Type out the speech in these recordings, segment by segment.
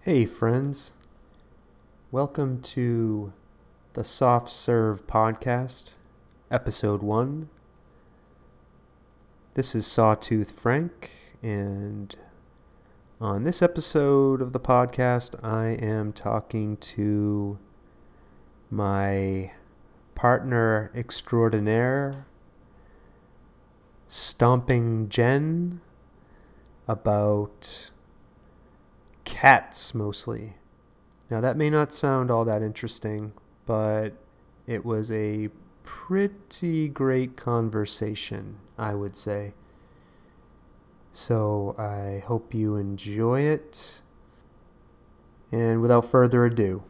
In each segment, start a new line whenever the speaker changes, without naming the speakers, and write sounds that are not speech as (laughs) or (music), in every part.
Hey, friends. Welcome to the Soft Serve Podcast, Episode 1. This is Sawtooth Frank, and on this episode of the podcast, I am talking to my partner extraordinaire, Stomping Jen, about cats mostly. Now, that may not sound all that interesting, but it was a pretty great conversation, I would say. So, I hope you enjoy it. And without further ado,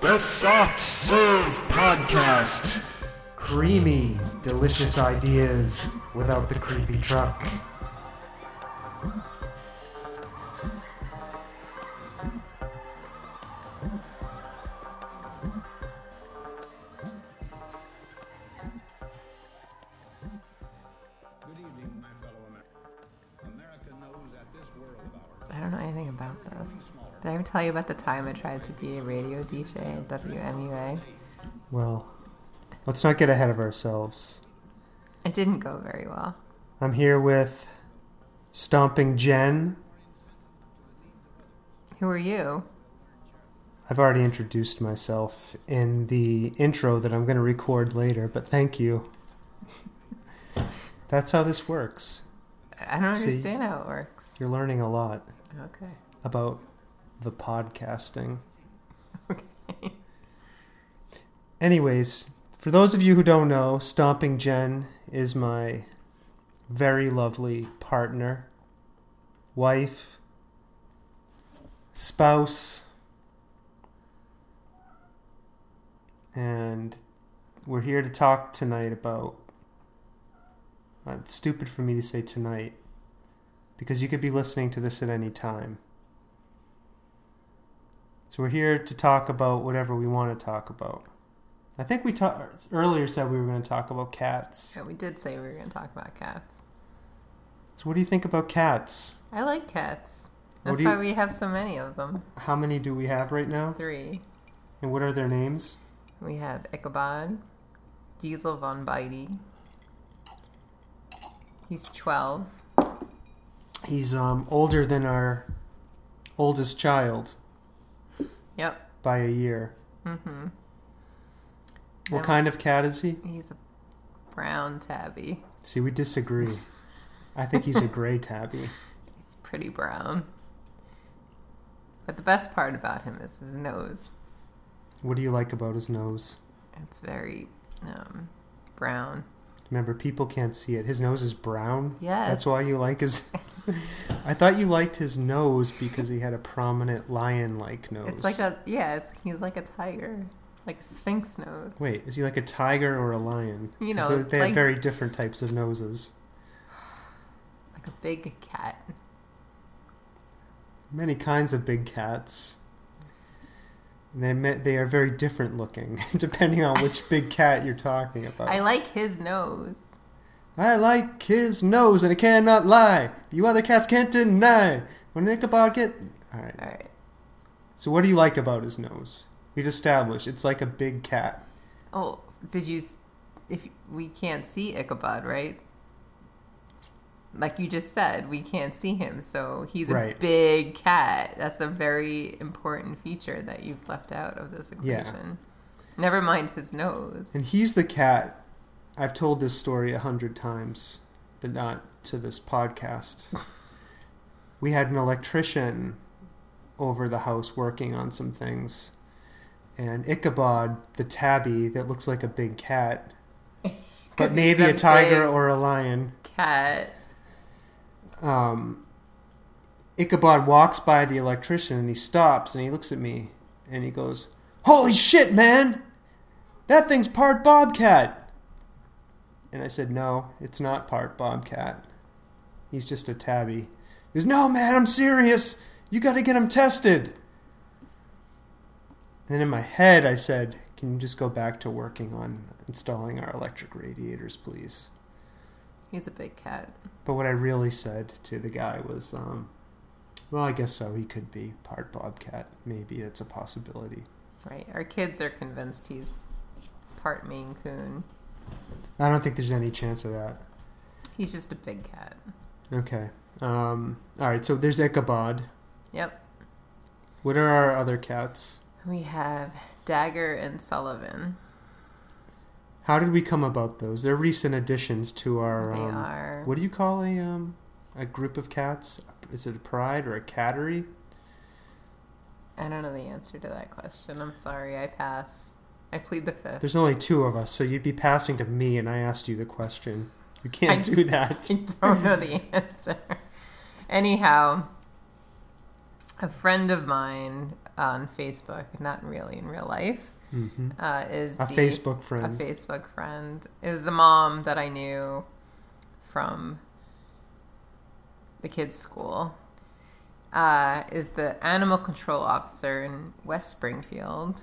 The Soft Serve Podcast.
creamy, delicious ideas without the creepy truck.
Good evening, my fellow Americans. America knows that this world of ours,
I don't know anything about this. Did I ever tell you about the time I tried to be a radio DJ at WMUA?
well, let's not get ahead of ourselves.
It didn't go very well.
I'm here with Stomping Jen.
Who are you?
I've already introduced myself in the intro that I'm going to record later, but thank you. That's how this works.
I don't
See-
understand how it works.
You're learning a lot
Okay.
about the podcasting.
Okay.
Anyways, for those of you who don't know, Stomping Jen is my very lovely partner, wife, spouse, and we're here to talk tonight about. uh, It's stupid for me to say tonight because you could be listening to this at any time. So we're here to talk about whatever we want to talk about. I think we ta- earlier said we were going to talk about cats.
So we did say we were going to talk about cats.
So what do you think about cats?
I like cats.
What
That's
do you-
why we have so many of them.
How many do we have right now?
Three.
And what are their names?
We have Ichabod, Diesel von Beide. He's 12.
He's um, older than our oldest child
Yep.
by a year.
Mm-hmm.
What
Yeah.
kind of cat is he?
He's a brown tabby.
See, we disagree. I think he's
(laughs)
a gray tabby.
He's pretty brown. But the best part about him is his nose.
What do you like about his nose?
It's very um, brown.
Remember, people can't see it. His nose is brown.
Yes.
That's why you like his. (laughs) I thought you liked his nose because he had a prominent lion-like nose.
It's like a yeah. It's, he's like a tiger, like a sphinx nose.
Wait, is he like a tiger or a lion?
You
'Cause
know,
they, they have
like-
very different types of noses.
Like a big cat.
Many kinds of big cats. And They ma- they are very different looking, (laughs) depending on which big cat you're talking about.
I like his nose.
I like his nose, and it cannot lie. You other cats can't deny. When Ichabod get all right.
All right.
So what do you like about his nose? We've established it's like a big cat.
Oh, did you? s- If you- we can't see Ichabod, right? Like you just said, we can't see him, so he's
Right.
a big cat. That's a very important feature that you've left out of this
Yeah.
equation. Never mind his nose.
And he's the cat. I've told this story a hundred times, but not to this
(laughs)
podcast. we had an electrician over the house working on some things. And Ichabod, the tabby that looks like a big
(laughs)
cat,
'Cause
but
he's
maybe a tiger
big
or a lion,
cat.
um, Ichabod walks by the electrician and he stops and he looks at me and he goes, Holy shit, man! That thing's part bobcat! And I said, No, it's not part bobcat. He's just a tabby. He goes, No, man, I'm serious. You got to get him tested. And then in my head, I said, Can you just go back to working on installing our electric radiators, please?
He's a big cat.
But what I really said to the guy was, um, Well, I guess so. He could be part bobcat. Maybe it's a possibility.
Right. Our kids are convinced he's part Maine Coon.
I don't think there's any chance of that.
He's just a big cat.
Okay. Um, all right, so there's Ichabod.
Yep.
What are our other cats?
We have Dagger and Sullivan.
How did we come about those? They're recent additions to our.
They
um,
are.
What do you call a um, a group of cats? Is it a pride or a cattery?
I don't know the answer to that question. I'm sorry. I pass. I plead the fifth. (laughs)
There's only two of us, so you'd be passing to me, and I asked you the question. You can't
I
do
(laughs)
that.
I don't know the answer. Anyhow, a friend of mine on Facebook, not really in real life,
hmm
uh, is
A
the-
Facebook
a
friend.
Facebook friend. It was a mom that I knew from the kids' school. Uh, is the animal control officer in West Springfield?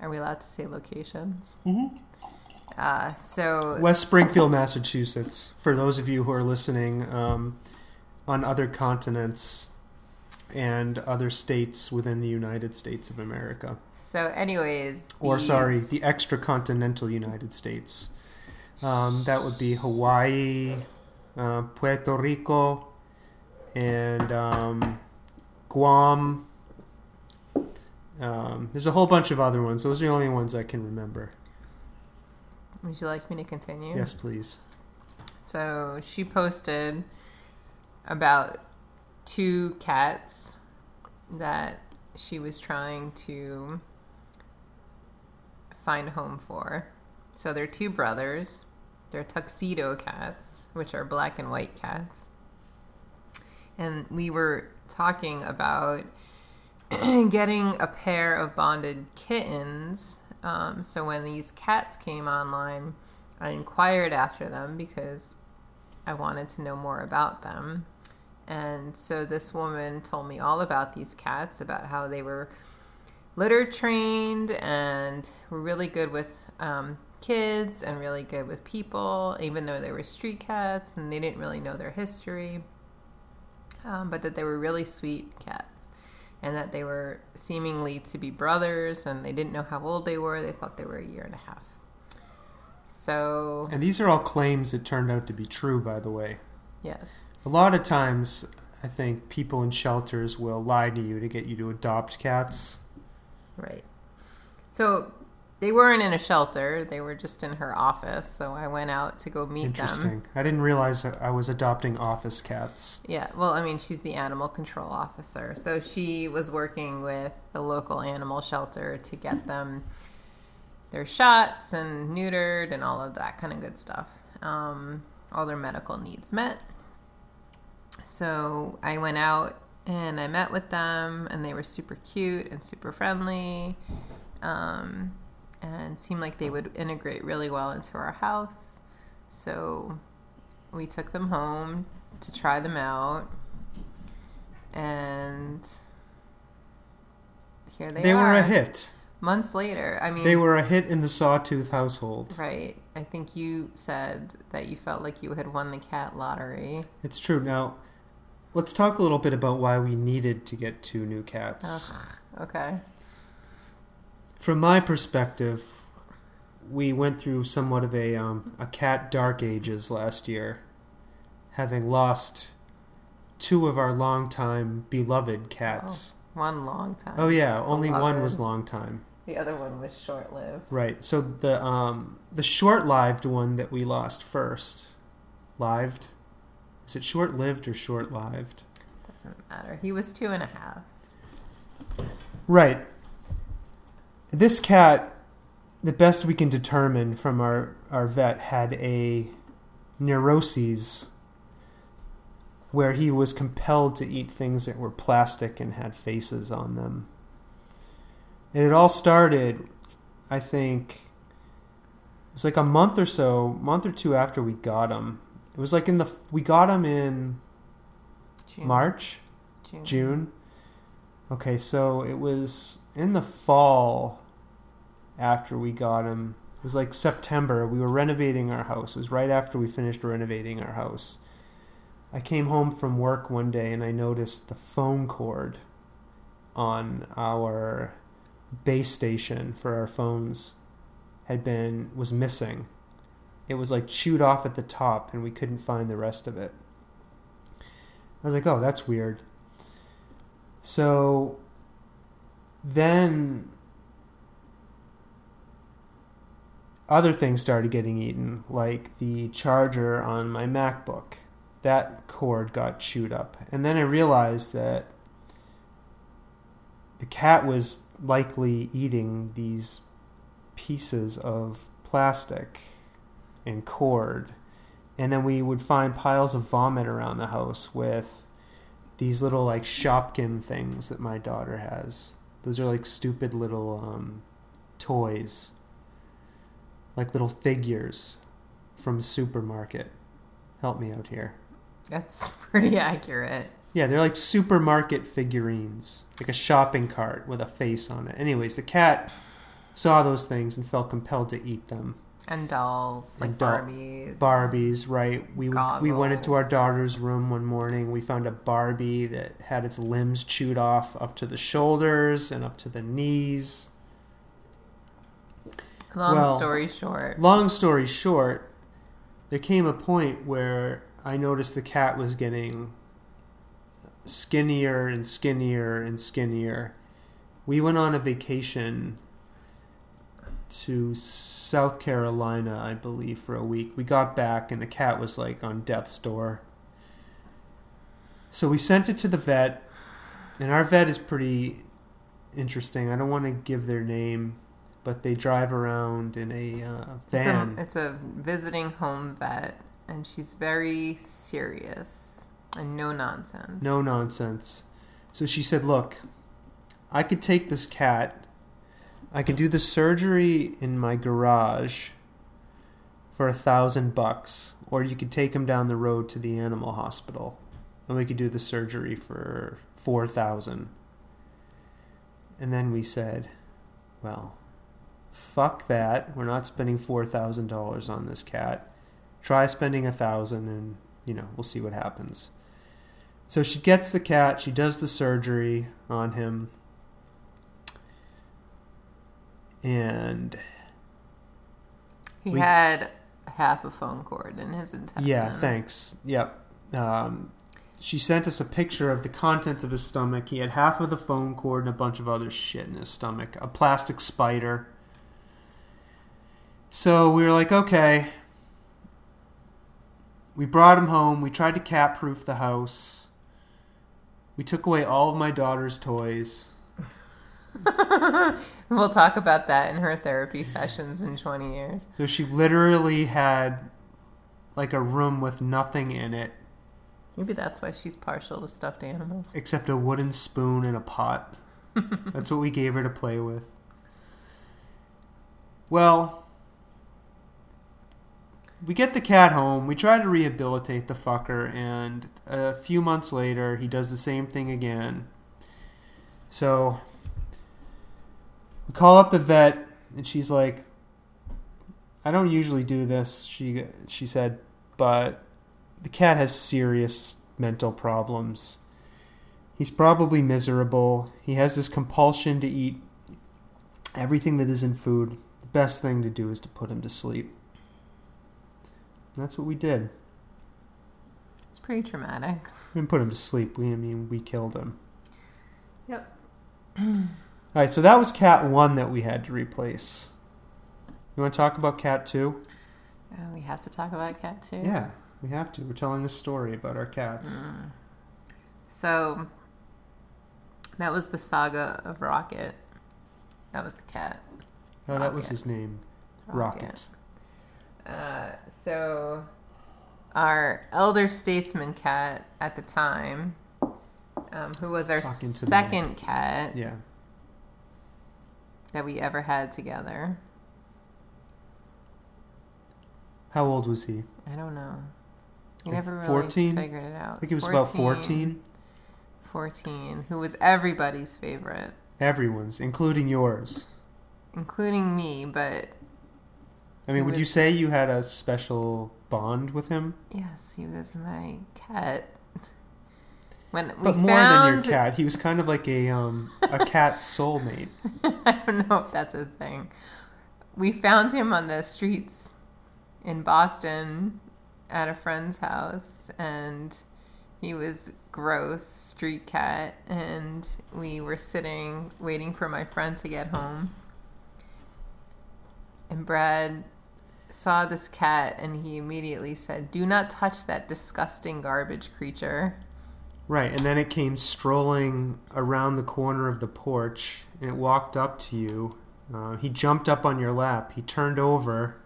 Are we allowed to say locations?
Mhm.
Uh, so
West Springfield, Massachusetts. For those of you who are listening um, on other continents and other states within the United States of America,
so anyways,
or
these-
sorry, the extracontinental United States. Um, that would be Hawaii, uh, Puerto Rico, and um, Guam. Um, there's a whole bunch of other ones. Those are the only ones I can remember.
Would you like me to continue?
Yes, please.
So she posted about two cats that she was trying to find a home for. So they're two brothers. They're tuxedo cats, which are black and white cats. And we were talking about (clears throat) getting a pair of bonded kittens. Um, so when these cats came online, I inquired after them because I wanted to know more about them. And so this woman told me all about these cats, about how they were litter trained and were really good with um, kids and really good with people, even though they were street cats and they didn't really know their history. Um, but that they were really sweet cats and that they were seemingly to be brothers and they didn't know how old they were. They thought they were a year and a half. So,
And these are all claims that turned out to be true, by the way.
yes.
A lot of times, I think people in shelters will lie to you to get you to adopt cats.
Right. So they weren't in a shelter, they were just in her office. So I went out to go meet
Interesting.
them.
I didn't realize I I was adopting office cats.
Yeah, well, I mean, she's the animal control officer. So she was working with the local animal shelter to get them their shots and neutered and all of that kind of good stuff. Um, all their medical needs met. So I went out and I met with them, and they were super cute and super friendly, um, and seemed like they would integrate really well into our house. So we took them home to try them out, and here they,
They
are.
were a hit.
Months later, I mean,
They were a hit in the Sawtooth household.
Right. I think you said that you felt like you had won the cat lottery.
It's true. Now, let's talk a little bit about why we needed to get two new cats.
Okay.
From my perspective, we went through somewhat of a um, a cat dark ages last year, having lost two of our longtime beloved cats.
One long time.
Oh, yeah, only one
Beloved.
was long time.
The other one was short lived.
Right. So the um the short lived one that we lost first. Lived? Is it short lived or short lived?
Doesn't matter. He was two and a half.
Right. This cat, the best we can determine from our, our vet, had a neuroses where he was compelled to eat things that were plastic and had faces on them. And it all started, I think, it was like a month or so, month or two after we got him. It was like in the, we got him in
June.
March,
June.
June. Okay, so it was in the fall after we got him. It was like September. We were renovating our house. It was right after we finished renovating our house. I came home from work one day and I noticed the phone cord on our base station for our phones had been was missing. It was like chewed off at the top and we couldn't find the rest of it. I was like, "Oh, that's weird." So then other things started getting eaten, like the charger on my MacBook. That cord got chewed up. And then I realized that the cat was likely eating these pieces of plastic and cord. And then we would find piles of vomit around the house with these little like Shopkin things that my daughter has. Those are like stupid little um, toys, like little figures from a supermarket. Help me out here.
That's (laughs) pretty accurate.
Yeah, they're like supermarket figurines, like a shopping cart with a face on it. Anyways, the cat saw those things and felt compelled to eat them.
And dolls, like
And doll-
Barbies.
Barbies, right? We would, we went into our
Goggles.
daughter's room one morning. We found a Barbie that had its limbs chewed off up to the shoulders and up to the knees.
Long
well,
story short,
Long story short, there came a point where I noticed the cat was getting skinnier and skinnier and skinnier. We went on a vacation to South Carolina, I believe, for a week. We got back and the cat was like on death's door. So we sent it to the vet, and our vet is pretty interesting. I don't want to give their name, but they drive around in a uh,
it's a,
van.
it's a visiting home vet, and she's very serious and no nonsense.
No nonsense. So she said, Look, I could take this cat, I could do the surgery in my garage for a thousand bucks, or you could take him down the road to the animal hospital and we could do the surgery for four thousand. And then we said, Well, fuck that. We're not spending four thousand dollars on this cat. Try spending a thousand and you know, we'll see what happens. So she gets the cat, she does the surgery on him. And
He
We-
had half a phone cord in his intestines.
yeah, thanks. Yep. Um, she sent us a picture of the contents of his stomach. He had half of the phone cord and a bunch of other shit in his stomach, a plastic spider. So we were like, okay. We brought him home. We tried to cat proof the house. We took away all of my daughter's toys.
(laughs) We'll talk about that in her therapy sessions in 20 years.
So she literally had like a room with nothing in it
Maybe that's why she's partial to stuffed animals.
except a wooden spoon and a pot. That's what we gave her to play with. Well, we get the cat home. We try to rehabilitate the fucker, and a few months later, he does the same thing again. So we call up the vet, and she's like, "I don't usually do this," she she said, "but the cat has serious mental problems." He's probably miserable. He has this compulsion to eat everything that is in food. The best thing to do is to put him to sleep. And that's what we did.
It's pretty traumatic.
We didn't put him to sleep. We, I mean, we killed him.
Yep.
All right, so that was cat one that we had to replace. You want to talk about cat two?
Oh, we have to talk about cat too.
Yeah, Mm. we have to. We're telling a story about our cats.
Mm. So that was the saga of Rocket. That was the cat.
Oh, that was
Rocket.
his name,
Rocket.
Rocket.
Uh, so our elder statesman cat at the time, um, who was our
Talking to the mic.
second cat
Yeah.
that we ever had together.
How old was he?
I don't know. I
Like
never really
14?
figured it out.
I think he was about 14.
14, who was everybody's favorite,
Everyone's, including yours.
including me, but
I mean,
He
would you
was-
say you had a special bond with him?
yes, he was my cat. When we
But more than your
found,
cat, he was kind of like a um a
(laughs)
cat soulmate.
I don't know if that's a thing. We found him on the streets in Boston at a friend's house, and he was gross street cat. And we were sitting waiting for my friend to get home, and Brad saw this cat, and he immediately said, "Do not touch that disgusting garbage creature."
Right, and then it came strolling around the corner of the porch, and it walked up to you. Uh, he jumped up on your lap. He turned over,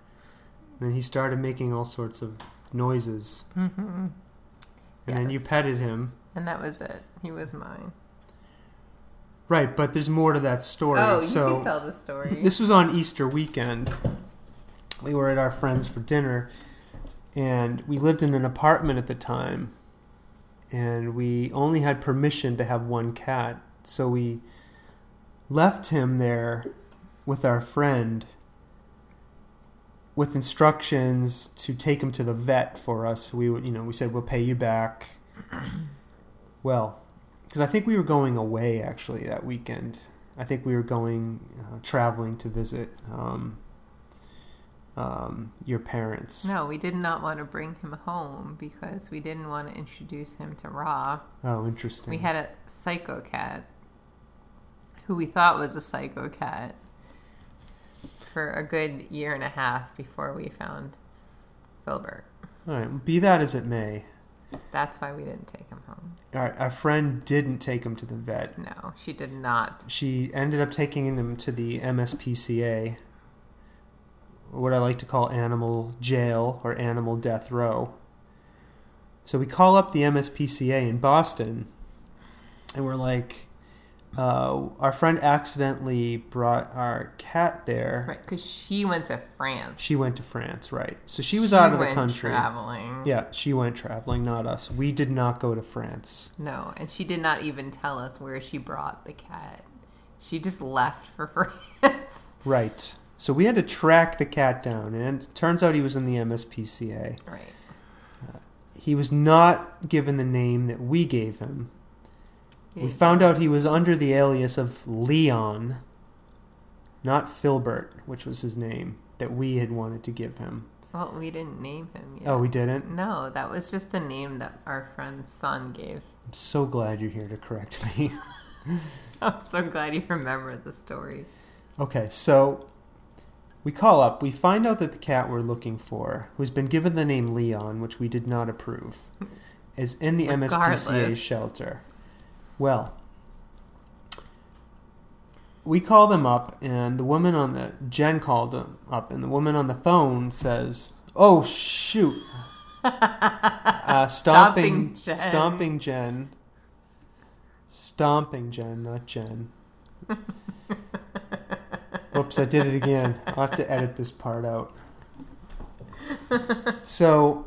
and then he started making all sorts of noises. Mm-hmm. And then you
Yes.
petted him.
And that was it. He was mine.
Right, but there's more to that story.
Oh, you
so
can tell the story.
This was on Easter weekend. We were at our friend's for dinner, and we lived in an apartment at the time, and we only had permission to have one cat, so we left him there with our friend with instructions to take him to the vet for us. We would, you know, we said we'll pay you back. (clears throat) Well, because I think we were going away actually that weekend. I think we were going uh, traveling to visit um, um, your parents.
No, we did not want to bring him home because we didn't want to introduce him to Ra.
Oh, interesting.
We had a psycho cat who we thought was a psycho cat for a good year and a half before we found Filbert.
All right. Be that as it may,
That's why we didn't take him home.
all right, our friend didn't take him to the vet.
No, she did not.
She ended up taking him to the MSPCA, what I like to call animal jail or animal death row. So we call up the MSPCA in Boston, and we're like, uh, our friend accidentally brought our cat there.
Right, because she went to France.
She went to France, right? So she was out of the
went
country.
Traveling.
Yeah, she went traveling, not us. We did not go to France.
No, and she did not even tell us where she brought the cat. She just left for (laughs) France.
Right. So we had to track the cat down, and it turns out he was in the MSPCA.
right.
He was not given the name that we gave him.
Yeah.
We found out he was under the alias of Leon, not Filbert, which was his name that we had wanted to give him.
Well, we didn't name him yet.
Oh, we didn't?
No, that was just the name that our friend's son gave. (laughs)
I'm so glad you're here to correct me. (laughs)
I'm so glad you remembered the story.
Okay, so we call up. We find out that the cat we're looking for, who's been given the name Leon, which we did not approve, is in the MSPCA
Regardless.
shelter. Well, we call them up, and the woman on the Jen called them up, and the woman on the phone says, "Oh
(laughs)
shoot!" uh, stomping,
Stomping Jen.
stomping Jen, stomping Jen, not Jen.
(laughs)
Whoops, I did it again. I'll have to edit this part
(laughs)
out. So,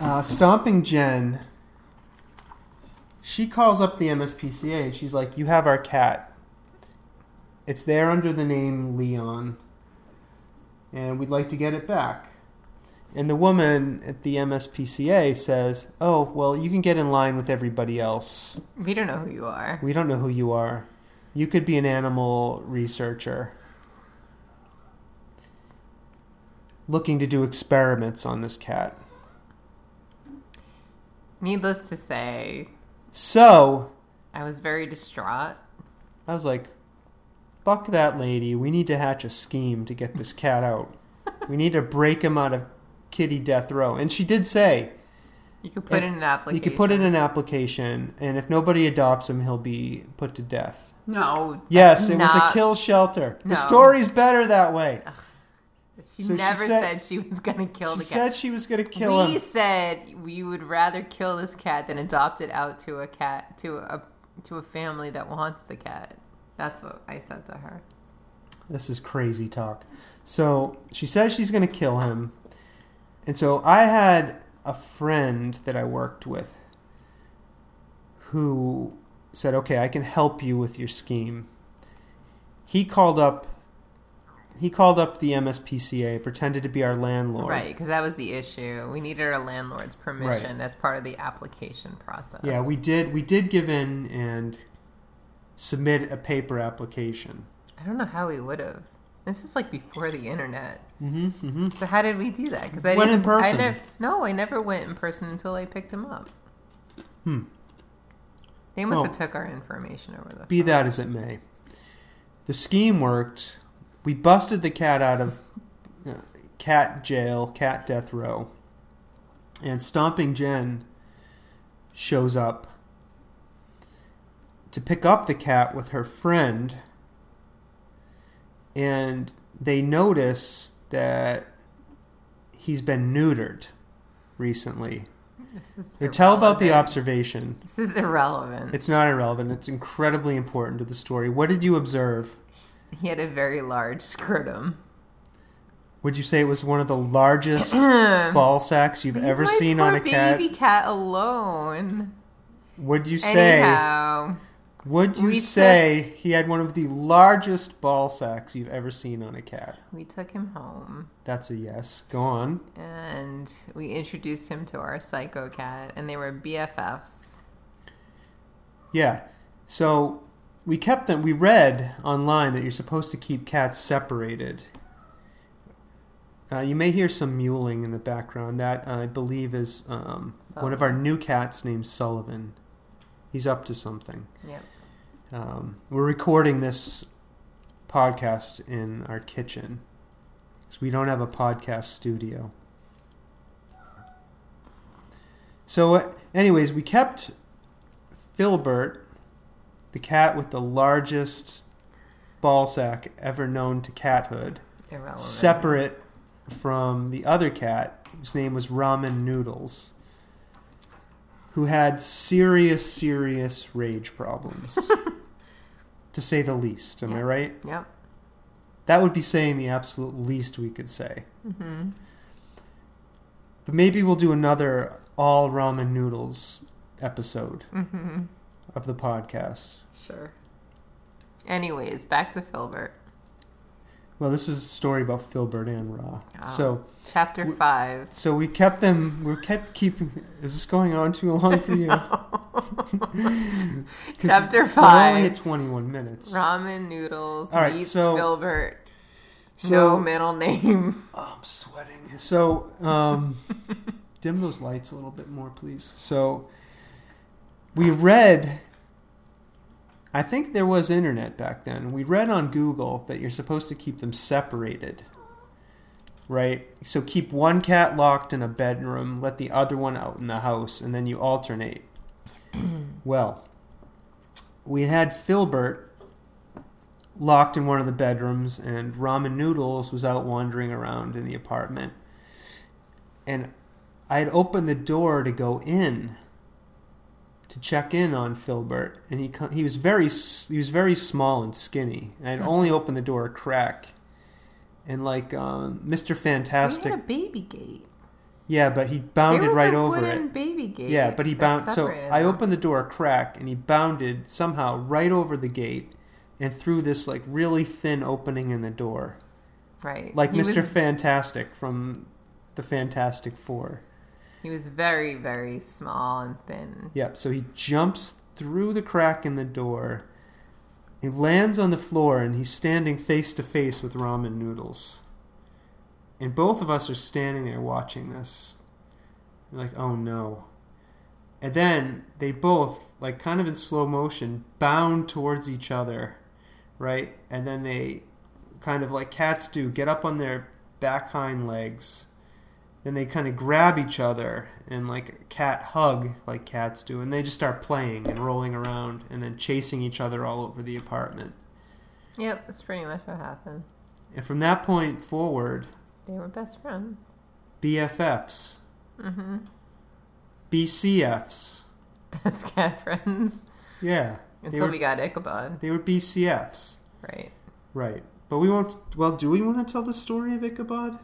uh, Stomping Jen, she calls up the MSPCA and she's like, You have our cat. It's there under the name Leon, and we'd like to get it back. And the woman at the MSPCA says, Oh, well, you can get in line with everybody else.
We don't know who you are.
We don't know who you are. You could be an animal researcher looking to do experiments on this cat.
Needless to say,
So
I was very distraught.
I was like, fuck that lady. We need to hatch a scheme to get this cat out. we need to break him out of kitty death row. And she did say,
You could put
Yeah,
in an application.
you could put in an application, and if nobody adopts him, he'll be put to death.
No. that's
Yes, it was a
not-
kill shelter. The
No.
story's better that way.
She
so she
never
said-
said, she was going to kill
she
the cat.
said she was going to kill
we
him.
said we would rather kill this cat than adopt it out to a cat to a to a family that wants the cat. That's what I said to her.
This is crazy talk. So she says she's going to kill him. And so I had a friend that I worked with who said, "Okay, I can help you with your scheme." He called up. He called up the MSPCA, pretended to be our landlord.
Right, because that was the issue. We needed our landlord's permission as part of the application process.
Yeah, we did. We did give in and submit a paper application.
I don't know how we would have. This is like before the internet.
Mm-hmm, mm-hmm.
So how did we do that? Because I
Went
didn't,
in person.
I never, no, I never went in person until I picked him up.
Hmm.
They must
Well,
have took our information over the.
Be that as it may, the scheme worked. We busted the cat out of uh, cat jail, cat death row, and Stomping Jen shows up to pick up the cat with her friend, and they notice that he's been neutered recently.
This is
They tell about the
irrelevant.
observation.
This is irrelevant.
It's not irrelevant. It's incredibly important to the story. What did you observe?
he had a very large scrotum.
Would you say it was one of the
(clears throat)
largest (laughs) ball sacks you've ever
My
seen
poor
on a cat?
baby cat alone.
Would you say?
Anyhow,
Would you
we
say he had one of the largest ball sacks you've ever seen on a cat?
we took him home
That's a yes. Go on.
and we introduced him to our psycho cat, and they were BFFs.
Yeah. So we kept them. We read online that you're supposed to keep cats separated. Uh, you may hear some mewling in the background. That uh, I believe is um, one of our new cats named Sullivan. He's up to something.
Yep.
Um, we're recording this podcast in our kitchen because we don't have a podcast studio. So, uh, anyways, we kept Filbert, the cat with the largest ball sack ever known to cathood,
Irrelevant.
separate from the other cat whose name was Ramen Noodles, who had serious, serious rage problems, to say the least. Am I
Yeah.
right?
Yep.
That would be saying the absolute least we could say.
Mm-hmm.
But maybe we'll do another all ramen noodles episode of the podcast.
Mm-hmm. Sure. Anyways, back to Filbert.
Well, this is a story about Filbert and Ra.
Oh.
So,
Chapter
W- (laughs)
five.
so we kept them. We kept keeping. Is this going on too long for you? 'Cause
Chapter
We're only
five.
at twenty-one minutes.
Ramen noodles
All right,
meets
so-
Filbert.
so
no middle name.
Oh, I'm sweating. So,
(laughs)
um, dim those lights a little bit more, please. So, we read. I think there was internet back then. We read on Google that you're supposed to keep them separated. Right? So keep one cat locked in a bedroom, let the other one out in the house, and then you alternate. well, we had Filbert locked in one of the bedrooms, and Ramen Noodles was out wandering around in the apartment. And I had opened the door to go in to check in on Filbert, and he co- he was very s- he was very small and skinny, and I'd only opened the door a crack. And like um, Mr.
We
Fantastic,
had a baby gate.
yeah, but he
There
bounded
was
right
a
over
wooden
it.
baby gate.
Yeah, but he
that
bound. So
separated
I
them.
opened the door a crack, and he bounded somehow right over the gate and through this like really thin opening in the door,
right
like
He
Mister
Was,
Fantastic from the Fantastic Four.
he was very very small and thin.
Yep. So he jumps through the crack in the door. He lands on the floor, and he's standing face to face with ramen noodles. And both of us are standing there watching this. We're like, oh no. And then they both, like kind of in slow motion, bound towards each other, right? And then they kind of like cats do, get up on their back hind legs. Then they kind of grab each other and like cat hug, like cats do. And they just start playing and rolling around and then chasing each other all over the apartment.
Yep, that's pretty much what happened.
And from that point forward,
They were best friends.
BFFs,
Mm-hmm.
BCFs.
(laughs) Best cat friends.
Yeah, they
Until
were,
we got Ichabod.
they were BCFs,
Right.
right? But we won't. Well, do we want to tell the story of Ichabod?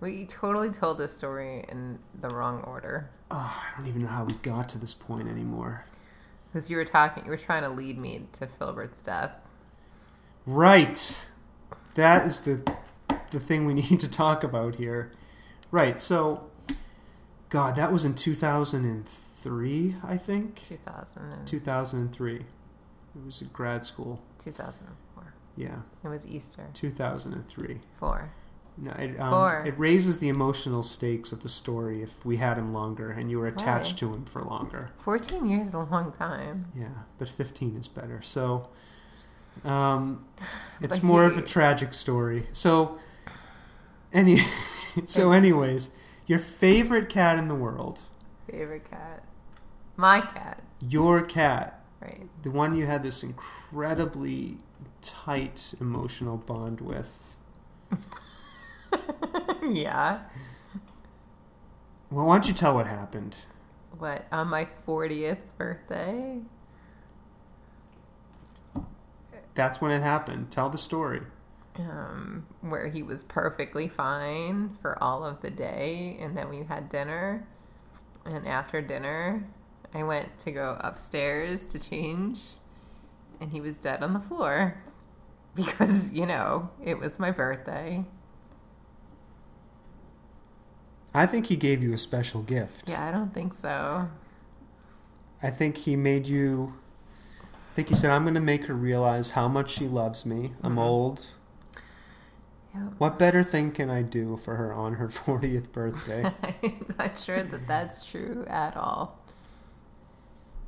We totally told this story in the wrong order.
Oh, I don't even know how we got to this point anymore.
Because you were talking, you were trying to lead me to Filbert's death.
Right. That is the the thing we (laughs) need to talk about here. Right. So God, that was in 2003, I think.
2000 and
2003. It was at grad school.
2004.
Yeah,
It was Easter.
2003.
Four.
No, it, um,
Four.
it raises the emotional stakes of the story if we had him longer and you were attached to him for longer.
14 years is a long time.
Yeah, but 15 is better. So
(sighs)
um, it's
But
more
he-
of a tragic story. So any (laughs) so anyways, your favorite cat in the world,
Favorite cat. My cat.
your cat,
(laughs) Right.
the one you had this incredibly tight emotional bond with.
yeah.
Well, why don't you tell what happened?
What? On my 40th birthday?
That's when it happened. Tell the story.
um, where he was perfectly fine for all of the day. And then we had dinner. And after dinner, I went to go upstairs to change. And he was dead on the floor (laughs) because, you know, it was my birthday.
I think he gave you a special gift.
Yeah, I don't think so.
I think he made you. I think he said, "I'm going to make her realize how much she loves me. I'm
Mm-hmm.
old.
Yep. (laughs)
What better thing can I do for her on her (laughs) 40th
(laughs)
birthday?"
I'm not sure that that's true at all.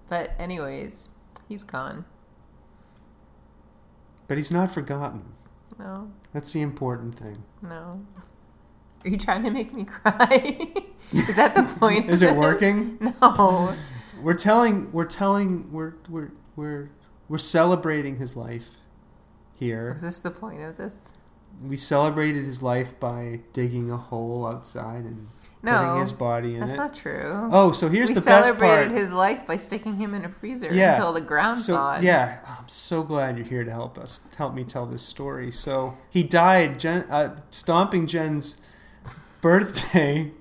But, anyways, he's gone.
but he's not forgotten.
No,
That's the important thing.
No. Are you trying to make me (laughs) cry? Is that
(laughs)
the point?
Is
(laughs)
it
of this?
working?
No.
We're telling. We're telling. We're we're we're we're celebrating his life here.
Is this the point of this?
We celebrated his life by digging a hole outside and
No,
putting his body in
That's
it.
not true.
oh, so here's
we
the best part.
celebrated his life by sticking him in a freezer
Yeah.
until the ground
so,
thawed.
Yeah, I'm so glad you're here to help us, to help me tell this story. So he died. Jen, uh, stomping Jen's birthday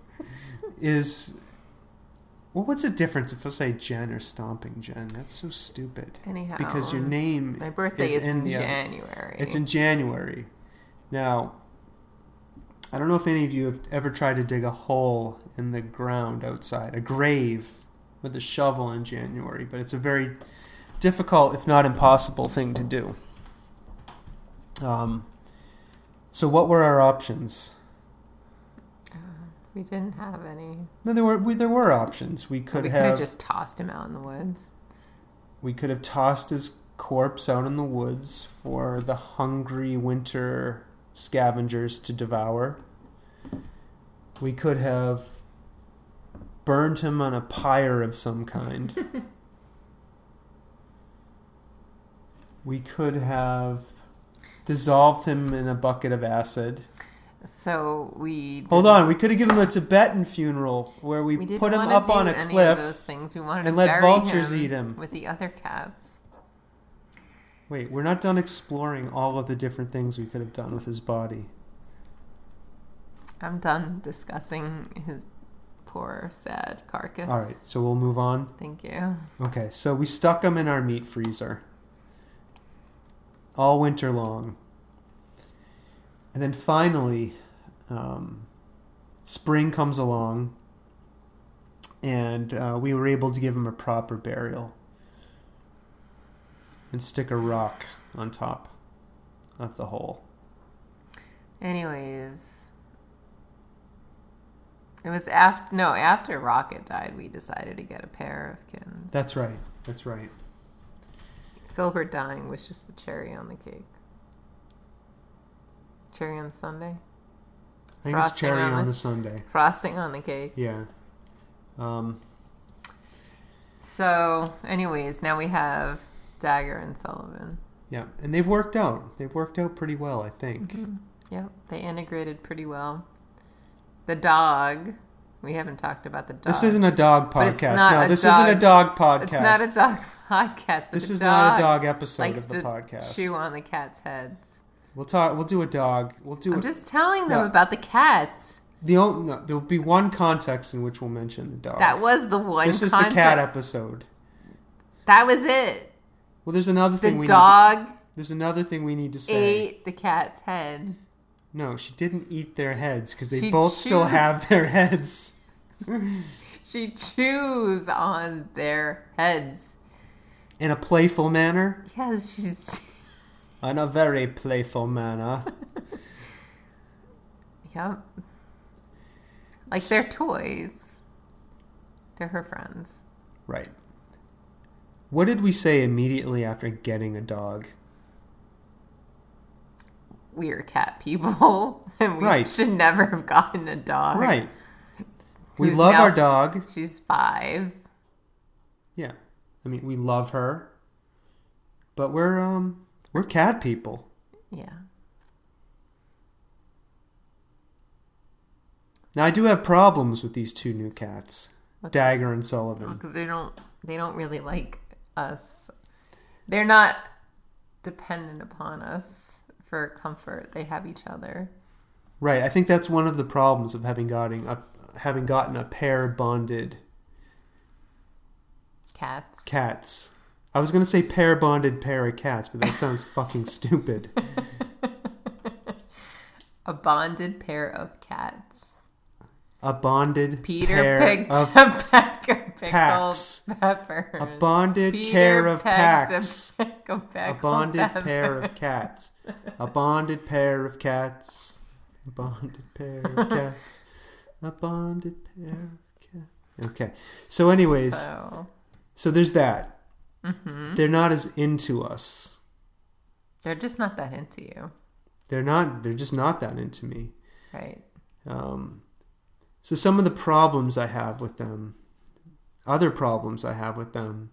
is well. What's the difference if I say Jen or stomping Jen? That's so stupid.
Anyhow,
Because your name
My birthday is,
in
in
the other-
January.
it's in January. Now, I don't know if any of you have ever tried to dig a hole in the ground outside, a grave with a shovel in January, but it's a very difficult, if not impossible, thing to do. Um, so, what were our options?
Uh, we didn't have any.
No, there were we, there were options. We could
we could
have
have just tossed him out in the woods.
we could have tossed his corpse out in the woods for the hungry winter scavengers to devour. We could have burned him on a pyre of some
(laughs)
kind. we could have dissolved him in a bucket of acid.
So we
Hold
didn't-
on, we could have given him a Tibetan funeral where we,
We didn't
put him
want
up
to do
on a
any
cliff.
of those things. We wanted
and
to
let
bury
vultures
him
eat him.
with the other cats.
Wait, we're not done exploring all of the different things we could have done with his body.
I'm done discussing his poor, sad carcass.
All right, so we'll move on.
Thank you.
Okay, so we stuck him in our meat freezer all winter long. And then finally, um, spring comes along, and uh, we were able to give him a proper burial and stick a rock on top of the hole.
Anyways, it was after no after Rocket died. We decided to get a pair of kittens.
That's right, that's right.
Filbert dying was just the cherry on the cake. Cherry on the Sunday.
I think it's
Frosting
cherry
on
on
it.
the Sunday.
Frosting on the cake.
Yeah. Um,
So, anyways, now we have Dagger and Sullivan.
yeah, and they've worked out. They've worked out pretty well, I think.
Mm-hmm. Yep, they integrated pretty well. The dog. We haven't talked about the dog.
This isn't a dog
But it's
podcast.
not
No,
a
this
dog-
isn't a dog podcast.
It's not a dog (laughs) podcast. But
this
the
is
dog
not a dog episode
likes
of the
to
podcast.
Chew on the cat's heads.
We'll talk. We'll do a dog. We'll do.
I'm
A,
just telling them
No.
about the cats.
the only no, there will be one context in which we'll mention the dog.
That was the one.
Oh. this is the
content-
cat episode.
That was it.
Well, there's another
The
thing we need.
dog
To, there's another thing we need to say.
ate the cat's head.
No, she didn't eat their heads because they
She
both still
chewed-
have their heads.
She chews on their heads.
In a playful manner.
Yes, she's. (laughs)
In a very playful manner.
Yep. Like they're toys. They're her friends.
Right. What did we say immediately after getting a dog?
We are cat people, (laughs) and we
Right.
should never have gotten a dog.
Right. We
Who's
love
now-
our dog.
She's five.
Yeah. I mean, we love her. But we're um we're cat people.
Yeah.
Now I do have problems with these two new cats, Dagger and Sullivan.
because they don't they don't really like us. They're not dependent upon us for comfort. They have each other.
Right. I think that's one of the problems of having gotten a, having gotten a pair bonded
Cats.
cats. I was gonna say pair bonded pair of cats, but that
(laughs)
sounds fucking stupid.
A bonded pair of cats.
A bonded
Peter
pair
picked
of
a peck of pickled
packs.
peppers.
a bonded
Peter
pair of
pecked
packs.
A, peck of
A
pickled
bonded
peppers. (laughs)
pair of cats. A bonded pair of cats. A bonded pair of cats. A bonded pair of cats. Okay. So, anyways,
So
so there's that.
hmm?
They're not as into us.
Mm-hmm. they're just not that into you,
They're not. They're just not that into me.
right?
Um, so some of the problems I have with them, other problems I have with them,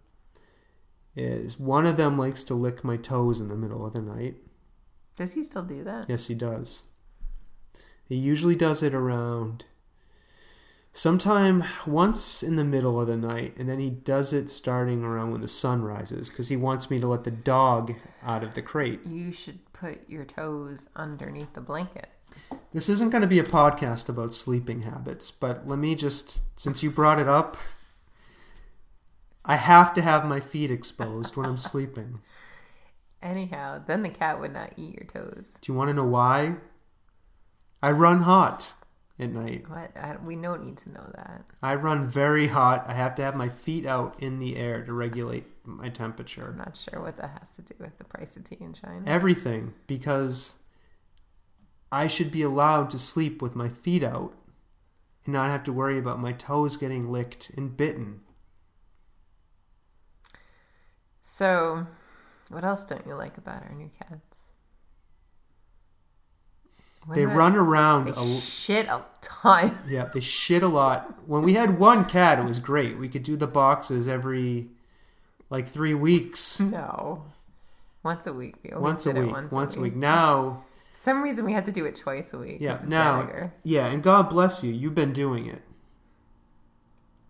is one of them likes to lick my toes in the middle of the night.
Does he still do that?
Yes, he does. He usually does it around sometime once in the middle of the night, and then he does it starting around when the sun rises because he wants me to let the dog out of the crate.
You should put your toes underneath the blanket.
This isn't going to be a podcast about sleeping habits, but let me just, since you brought it up, I have to have my feet exposed when I'm sleeping.
Anyhow, then the cat would not eat your toes.
Do you want to know why? I run hot at night.
What? I, we don't need to know that.
I run very hot. I have to have my feet out in the air to regulate my temperature.
I'm not sure what that has to do with the price of tea in China.
Everything because I should be allowed to sleep with my feet out and not have to worry about my toes getting licked and bitten.
So, what else don't you like about our new cats? When
They
the-
run around
They
a
shit a ton. (laughs)
Yeah, they shit a lot. When we had one cat, it was great. We could do the boxes every like three
(laughs)
weeks,
No, once a week. We always
once a
did it
week, once, a week. Now,
For some reason we had to do it twice a week.
yeah,
This is
now,
dagger.
yeah, and God bless you. You've been doing it.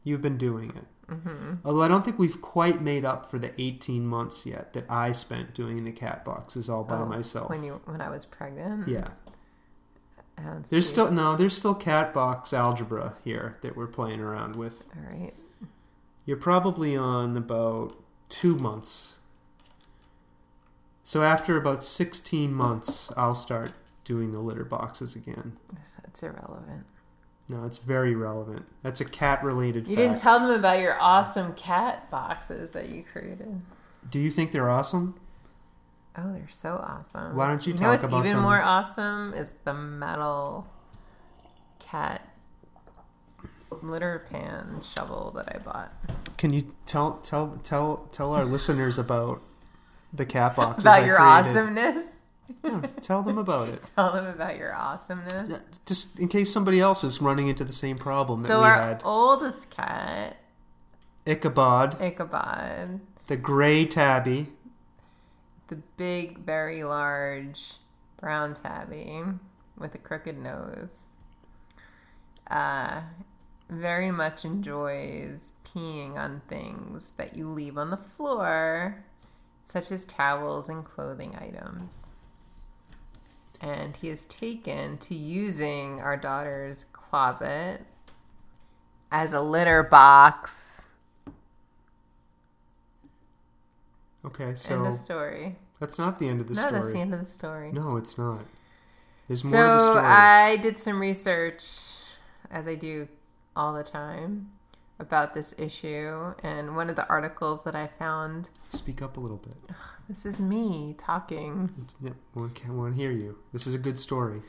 You've been doing it.
Mm-hmm.
Although I don't think we've quite made up for the 18 months yet that I spent doing the cat boxes all by
Oh,
myself.
When you when I was pregnant.
yeah,
I don't
there's
see-
still no, there's still cat box algebra here that we're playing around with.
All right.
You're probably on about two months. So after about 16 months, I'll start doing the litter boxes again.
That's irrelevant.
No, it's very relevant. That's a cat related
You
fact.
didn't tell them about your awesome cat boxes that you created.
Do you think they're awesome?
Oh, they're so awesome.
Why don't you
know
talk
what's
about
even
them?
more awesome is the metal cat litter pan shovel that I bought.
Can you tell tell tell tell our listeners about the cat boxes
about
I
your
created?
awesomeness. (laughs)
No, tell them about it.
Tell them about your awesomeness.
Yeah, Just in case somebody else is running into the same problem that
so
we
our
had.
oldest cat,
Ichabod,
Ichabod,
the gray tabby,
the big, very large brown tabby with a crooked nose, uh, very much enjoys peeing on things that you leave on the floor, such as towels and clothing items. And he is taken to using our daughter's closet as a litter box.
Okay,
end
so
of story.
that's not the end of the
no,
story.
that's the end of the story.
No, it's not. There's
so
more to the story.
I did some research, as I do all the time, about this issue, and one of the articles that I found.
Speak up a little bit.
This is me talking.
It's- Yep, one can't want to hear you. This is a good story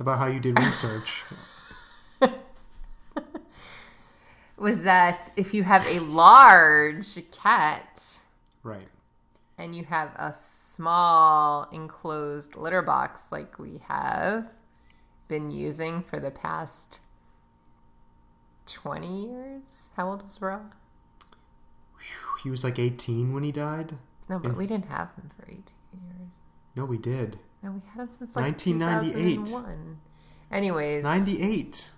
about how you
(laughs)
did research.
Was that if you have a large cat
right.
and you have a small enclosed litter box like we have been using for the past 20 years, how old was Ra?
He was like 18 when he died.
No, but
And-
we didn't have him for 18 years.
No, we did.
No, we had him since like
1998.
2001. Anyways,
98.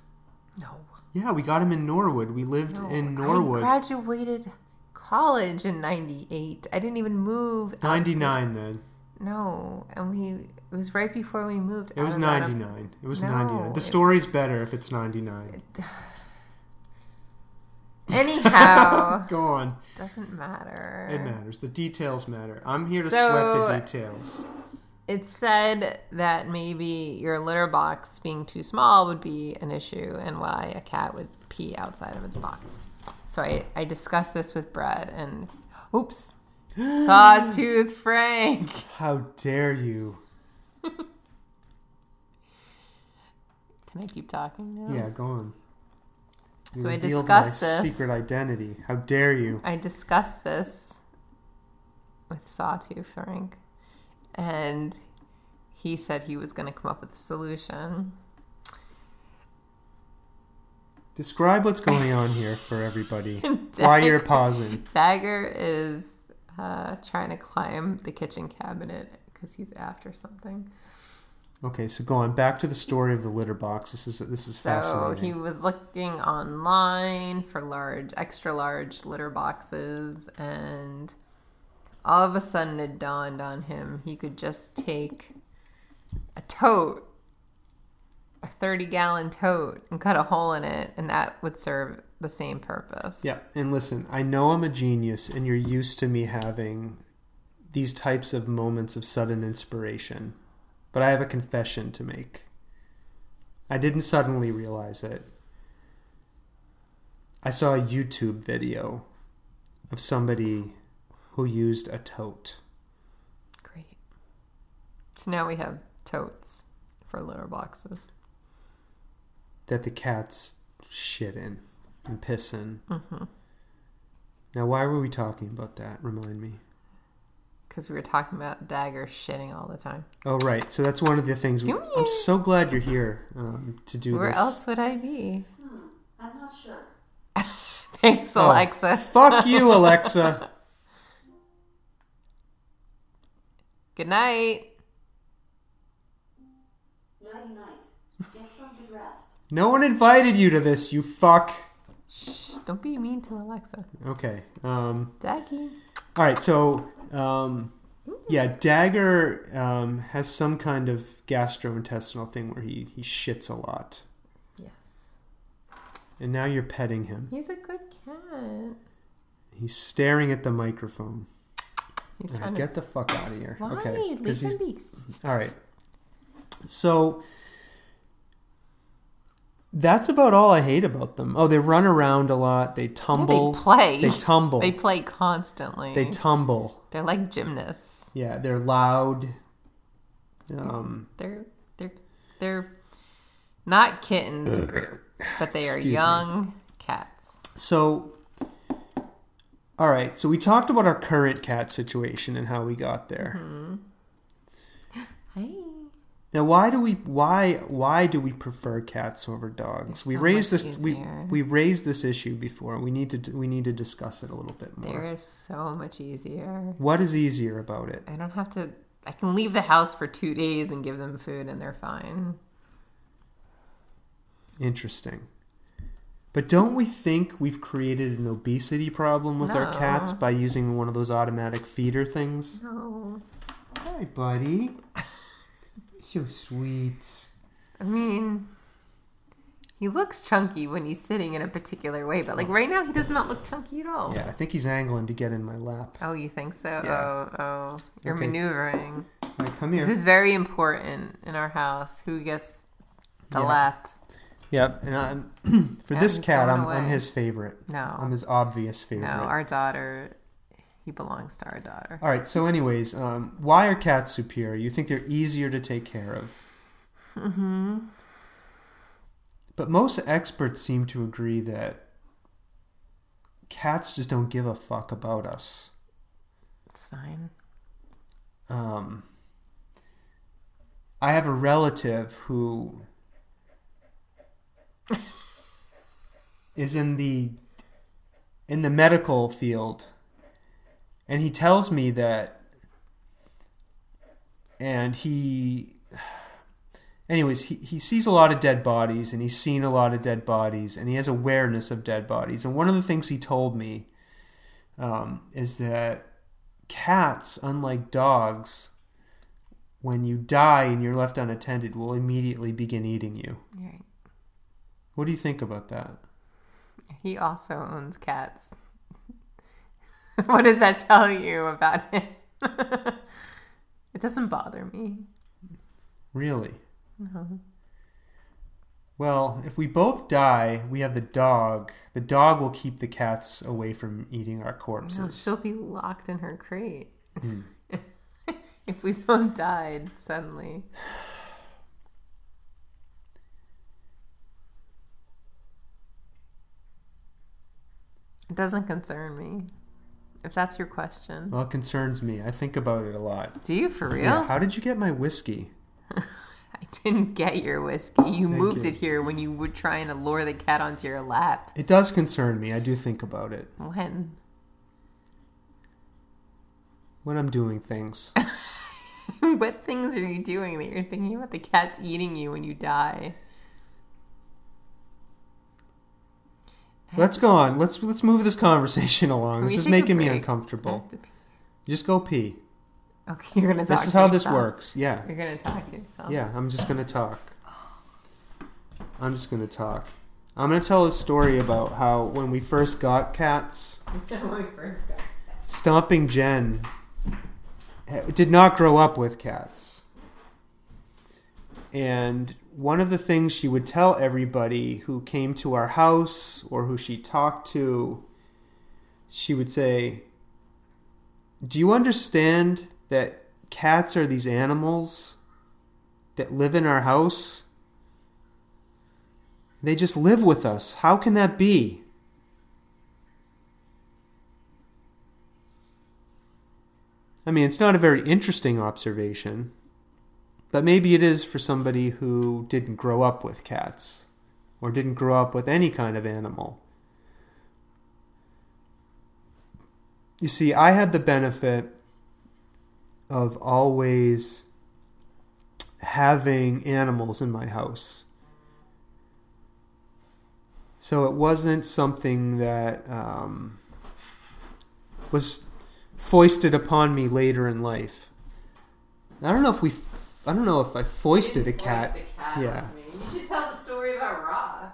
no,
Yeah, we got him in Norwood. We lived
no.
in
I
Norwood.
graduated college in 98. I didn't even move. out-
99 then.
No, and we it was right before we moved.
It
out
was
of Adam-
99. It was
No,
99. The
it-
story's better if it's
(laughs)
99.
Anyhow,
(laughs) Go on.
doesn't matter.
It matters. The details matter. I'm here to
So-
sweat the details.
It said that maybe your litter box being too small would be an issue and why a cat would pee outside of its box. So I, I discussed this with Brad and
(gasps)
oops, sawtooth Frank.
How dare you?
Can I keep talking now?
Yeah, go on. You
So I
revealed
discussed
my
this.
secret identity. How dare you?
I discussed this with Sawtooth Frank, and he said he was going to come up with a solution. (laughs)
Describe what's going on here for
(laughs)
everybody. Why you're pausing?
Dagger is uh, trying to climb the kitchen cabinet because he's after something.
Okay, so go on back to the story of the litter box. This is this is
So
fascinating.
he was looking online for large, extra large litter boxes, and all of a sudden it dawned on him he could just take a tote, a 30 gallon tote, and cut a hole in it, and that would serve the same purpose.
Yeah, and listen, I know I'm a genius, and you're used to me having these types of moments of sudden inspiration, but I have a confession to make. I didn't suddenly realize it. I saw a YouTube video of somebody who used a tote.
Great. So now we have totes for litter boxes.
that the cats shit in and piss in. Now, why were we talking about that? Remind me.
Because we were talking about Dagger shitting all the time.
Oh, right. So that's one of the things. We, I'm so glad you're here um, to do
Where
this.
else would I be? (laughs)
I'm not sure.
Thanks,
Oh,
Alexa.
Fuck
(laughs)
you, Alexa.
Good night.
Nighty night. Get some good rest.
No one invited you to this. You fuck.
Shh, don't be mean to Alexa.
Okay. Um,
Daggy.
all right. So, um, yeah, Dagger um, has some kind of gastrointestinal thing where he he shits a lot,
Yes.
and now you're petting him.
He's a good cat.
He's staring at the microphone.
He's
All right,
trying
get the fuck out of here.
to. Why?
Okay.
Leave
'cause
him
he's-
be.
All right. So that's about all I hate about them. Oh, they run around a lot. They
Yeah,
tumble.
they play.
They tumble.
They
They,
play constantly.
tumble.
They're like gymnasts.
Yeah, they're loud. Um,
They're they're they're not kittens, but they are
Excuse me.
young cats.
so, all right. So we talked about our current cat situation and how we got there.
Mm-hmm. Hey.
Now, why do we why why do we prefer cats over dogs?
It's
we
so
raised
much
this we
easier.
we raised this issue before. We need to we need to discuss it a little bit more.
They're so much easier.
What is easier about it?
I don't have to. I can leave the house for two days and give them food, and they're fine.
Interesting. But don't we think we've created an obesity problem with our cats
No.
by using one of those automatic feeder things?
No,
Hi, buddy. so sweet.
I mean, He looks chunky when he's sitting in a particular way, but like right now, he does not look chunky at all.
Yeah, I think he's angling to get in my lap.
Oh, you think so?
Yeah.
Oh, oh, you're
Okay.
maneuvering.
All right, come
This
here.
is very important in our house. Who gets the
Yeah.
lap?
Yep. And I'm, (clears throat) for this
he's
cat,
going
I'm, I'm
away.
his favorite.
No,
I'm his obvious favorite.
no, our daughter. He belongs to our daughter.
All right. So, anyways, um, why are cats superior? You think they're easier to take care of? Mm-hmm. But most experts seem to agree that cats just don't give a fuck about us.
It's fine.
Um, I have a relative who is in the in the medical field, and he tells me that, and he. Anyways, he, he sees a lot of dead bodies and he's seen a lot of dead bodies and he has awareness of dead bodies. And one of the things he told me um, is that cats, unlike dogs, when you die and you're left unattended, will immediately begin eating you.
You're right.
What do you think about that?
He also owns cats. (laughs) what does that tell you about him? (laughs) it doesn't bother me. (laughs)
Really? Well, if we both die, we have the dog. The dog will keep the cats away from eating our
No,
corpses.
she'll be locked in her crate. (laughs) if we both died suddenly. It doesn't concern me. If that's your question.
Well, it concerns me. I think about it a lot.
Do you for real?
how did you get my whiskey?
I didn't get your whiskey. You moved
you.
it here when you were trying to lure the cat onto your lap.
It does concern me. I do think about it
When? (laughs)
when I'm doing
(laughs)
things.
what things are you doing that you're thinking about the cat's eating you when you die?
let's go on. Let's let's move this conversation along.
Can
This
we
is
take a
making me
break? I
uncomfortable.
have to pee.
Just go pee.
Okay, you're gonna talk.
This is
to
how this
yourself.
works. Yeah.
You're gonna talk to yourself.
Yeah. I'm just going to talk. I'm just going to talk. I'm going to tell a story about how when we first got cats,
(laughs) When we first got-
Stomping Jen ha- did not grow up with cats. And one of the things she would tell everybody who came to our house or who she talked to, she would say, Do you understand that cats are these animals that live in our house? They just live with us. How can that be? I mean, it's not a very interesting observation, but maybe it is for somebody who didn't grow up with cats or didn't grow up with any kind of animal. You see, I had the benefit of always having animals in my house. So it wasn't something that um, was foisted upon me later in life. I don't know if we, f- I don't know if I foisted a cat.
Voiced a cat,
Yeah.
that's me. You should tell the story about Ra.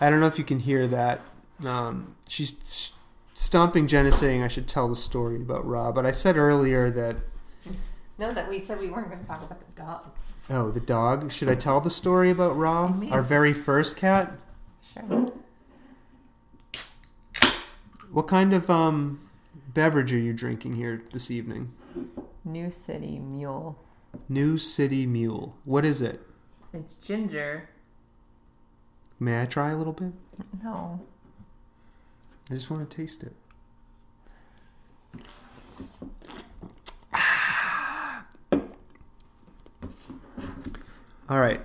I don't know if you can hear that. Um, she's s- stomping Jen is saying I should tell the story about Ra, but I said earlier that
No, that we said we weren't gonna talk about the dog.
oh the dog. Should I tell the story about Ra,
may
our
as-
very first cat?
Sure.
What kind of um beverage are you drinking here this evening?
New City Mule.
New City Mule. What is it?
It's ginger.
May I try a little bit?
No. (laughs)
I just want to taste it. (sighs) All right.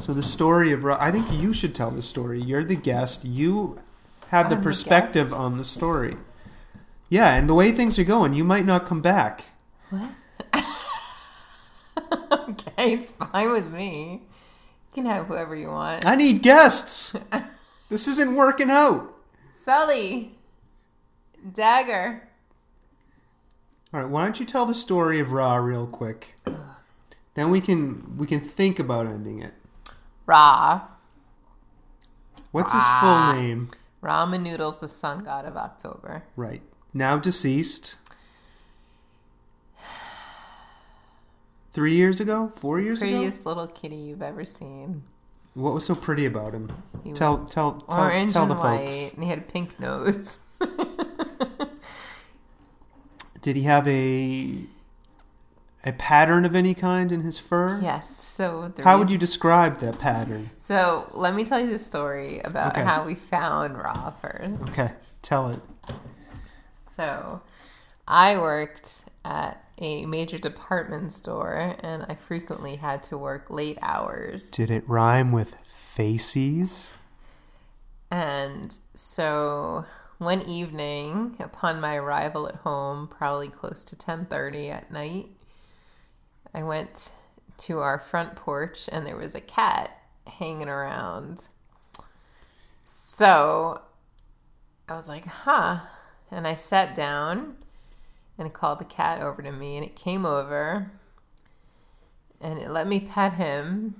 So the story of Ra- I think you should tell the story. You're the guest. You have the
I'm the
perspective
guest?
on the story. Yeah, and the way things are going, you might not come back.
What? okay, it's fine with me. You can have whoever you want.
I need
(laughs)
guests. this isn't working out.
Sully. Dagger.
All right, why don't you tell the story of Ra real quick? Then we can we can think about ending it.
Ra.
What's his
Ah.
full name?
Ramen noodles, the sun god of October.
Right. Now deceased. Three years ago? Four years ago?
Prettiest little kitty you've ever seen.
What was so pretty about him?
He
Tell tell tell,
Orange
tell
and
the
white,
folks.
and he had a pink nose. (laughs)
Did he have a a pattern of any kind in his fur?
yes. So the
How would
reason-
you describe that pattern?
So let me tell you the story about
Okay.
how we found Ra first.
Okay, tell it.
So I worked at a major department store, and I frequently had to work late hours.
Did it rhyme with faces?
And so one evening, upon my arrival at home, probably close to 10:30 at night, I went to our front porch and there was a cat hanging around. So I was like, "Huh." And I sat down and called the cat over to me and it came over and it let me pet him.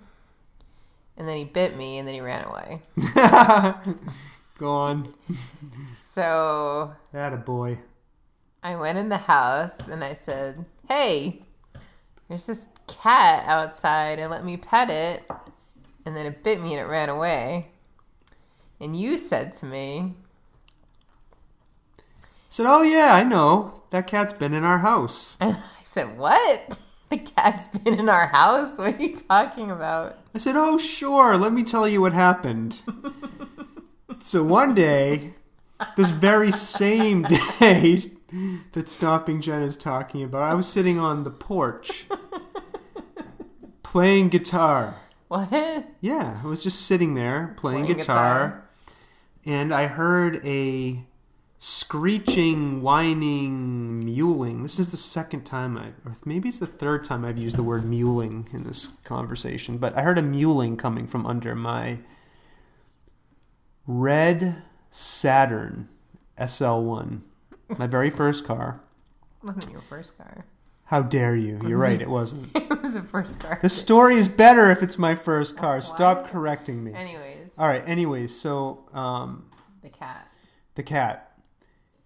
And then he bit me and then he ran away.
(laughs) Go on.
So
That a boy.
I went in the house and I said, Hey, there's this cat outside and let me pet it. And then it bit me and it ran away. And you said to me, (laughs)
Said, oh yeah, I know. That cat's been in our house.
I said, What? (laughs) The cat's been in our house? What are you talking about?
I said, oh sure, let me tell you what happened. so one day, this very same day that Stomping Jen is talking about, I was sitting on the porch playing guitar.
What? (laughs)
Yeah, I was just sitting there playing,
Playing
guitar,
guitar.
and I heard a screeching, whining, mewling. This is the second time I, or maybe it's the third time I've used the word mewling in this conversation, but I heard a mewling coming from under my red Saturn SL1, my very first car.
wasn't your first car. (laughs)
How dare you? You're right, it wasn't.
It was the first car.
The story is better if it's my first car. Stop correcting me.
Anyways,
All right. Anyways, so um,
the cat.
the cat,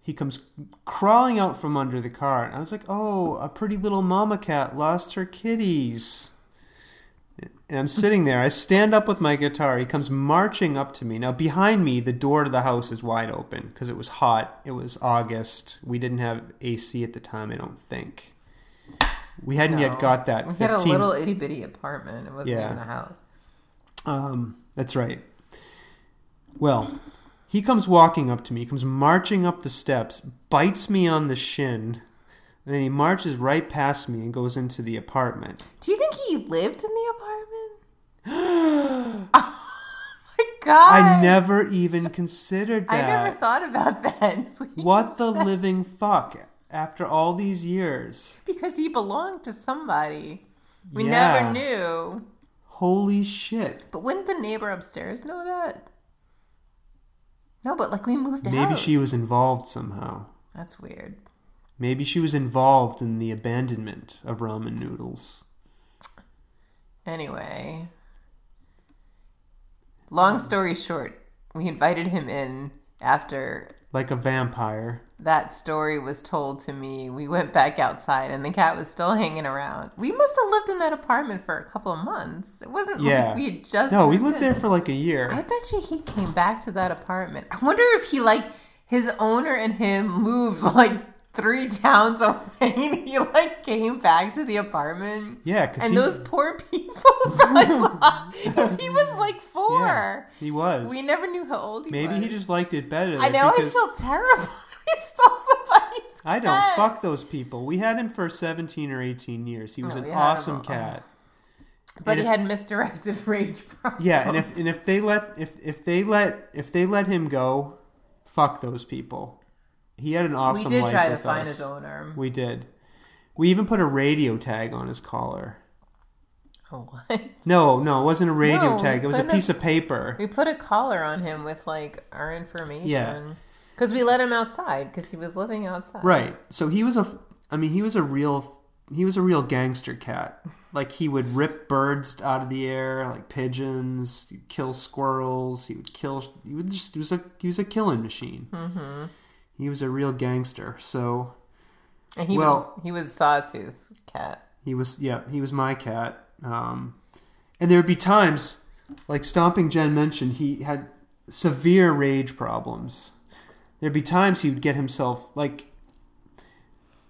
he comes crawling out from under the car, and I was like, "Oh, a pretty little mama cat lost her kitties." And I'm sitting there. I stand up with my guitar. He comes marching up to me. Now, behind me, the door to the house is wide open because it was hot. It was August. We didn't have AC at the time, I don't think. We hadn't
No.
yet got that.
We had a
15
little itty bitty apartment. It wasn't
Yeah.
even a house.
Um, that's right. Well, he comes walking up to me, comes marching up the steps, bites me on the shin, and then he marches right past me and goes into the apartment.
Do you think he lived in the apartment?
(gasps)
(gasps) oh my god!
I never even considered
I
that.
never thought about that. (laughs) Please.
what the living fuck? After all these years,
Because he belonged to somebody. We
Yeah.
never knew.
holy shit!
But wouldn't the neighbor upstairs know that? No, but like we moved out.
Maybe she was involved somehow.
That's weird.
Maybe she was involved in the abandonment of ramen noodles.
Anyway. Long story short, we invited him in after
Like a vampire.
that story was told to me. We went back outside and the cat was still hanging around. We must have lived in that apartment for a couple of months. It wasn't
Yeah.
like we had just
No, we
moved
lived
in.
there for like a year.
I bet you he came back to that apartment. I wonder if he like his owner and him moved (laughs) like three towns away and he like came back to the apartment.
Yeah, because
And
he,
those poor people (laughs)
(laughs)
were like lost. 'Cause he was like
yeah,
four.
he was.
We never knew how old he
Maybe
was.
he just liked it better.
I know I
because
feel (laughs) terrible. we stole somebody's
I don't
cat.
fuck those people. We had him for seventeen or eighteen years. He was
No, we
an
had him
awesome
all-
cat.
But
And
he
if-
had misdirected (laughs) rage problems.
Yeah, and if and if they let if if they let if they let him go, fuck those people. He had an
we
awesome
did
life
try to
with
find
us.
his owner.
We did. We even put a radio tag on his collar.
Oh, what?
No, no, it wasn't a radio
No, we
tag. It was a
put a-
piece of paper.
(laughs) We put a collar on him with like our information.
Yeah.
Because we let him outside because he was living outside.
Right. So he was a, I mean, he was a real he was a real gangster cat. Like he would rip birds out of the air, like pigeons. He'd kill squirrels. He would kill. He would just. He was a. He was a killing machine. Mm-hmm. He was a real gangster. So
And he
Well-
was he was Sawtooth's cat.
he was. Yeah, he was my cat. Um, and there would be times, like Stomping Jen mentioned, he had severe rage problems. There'd be times he would get himself like.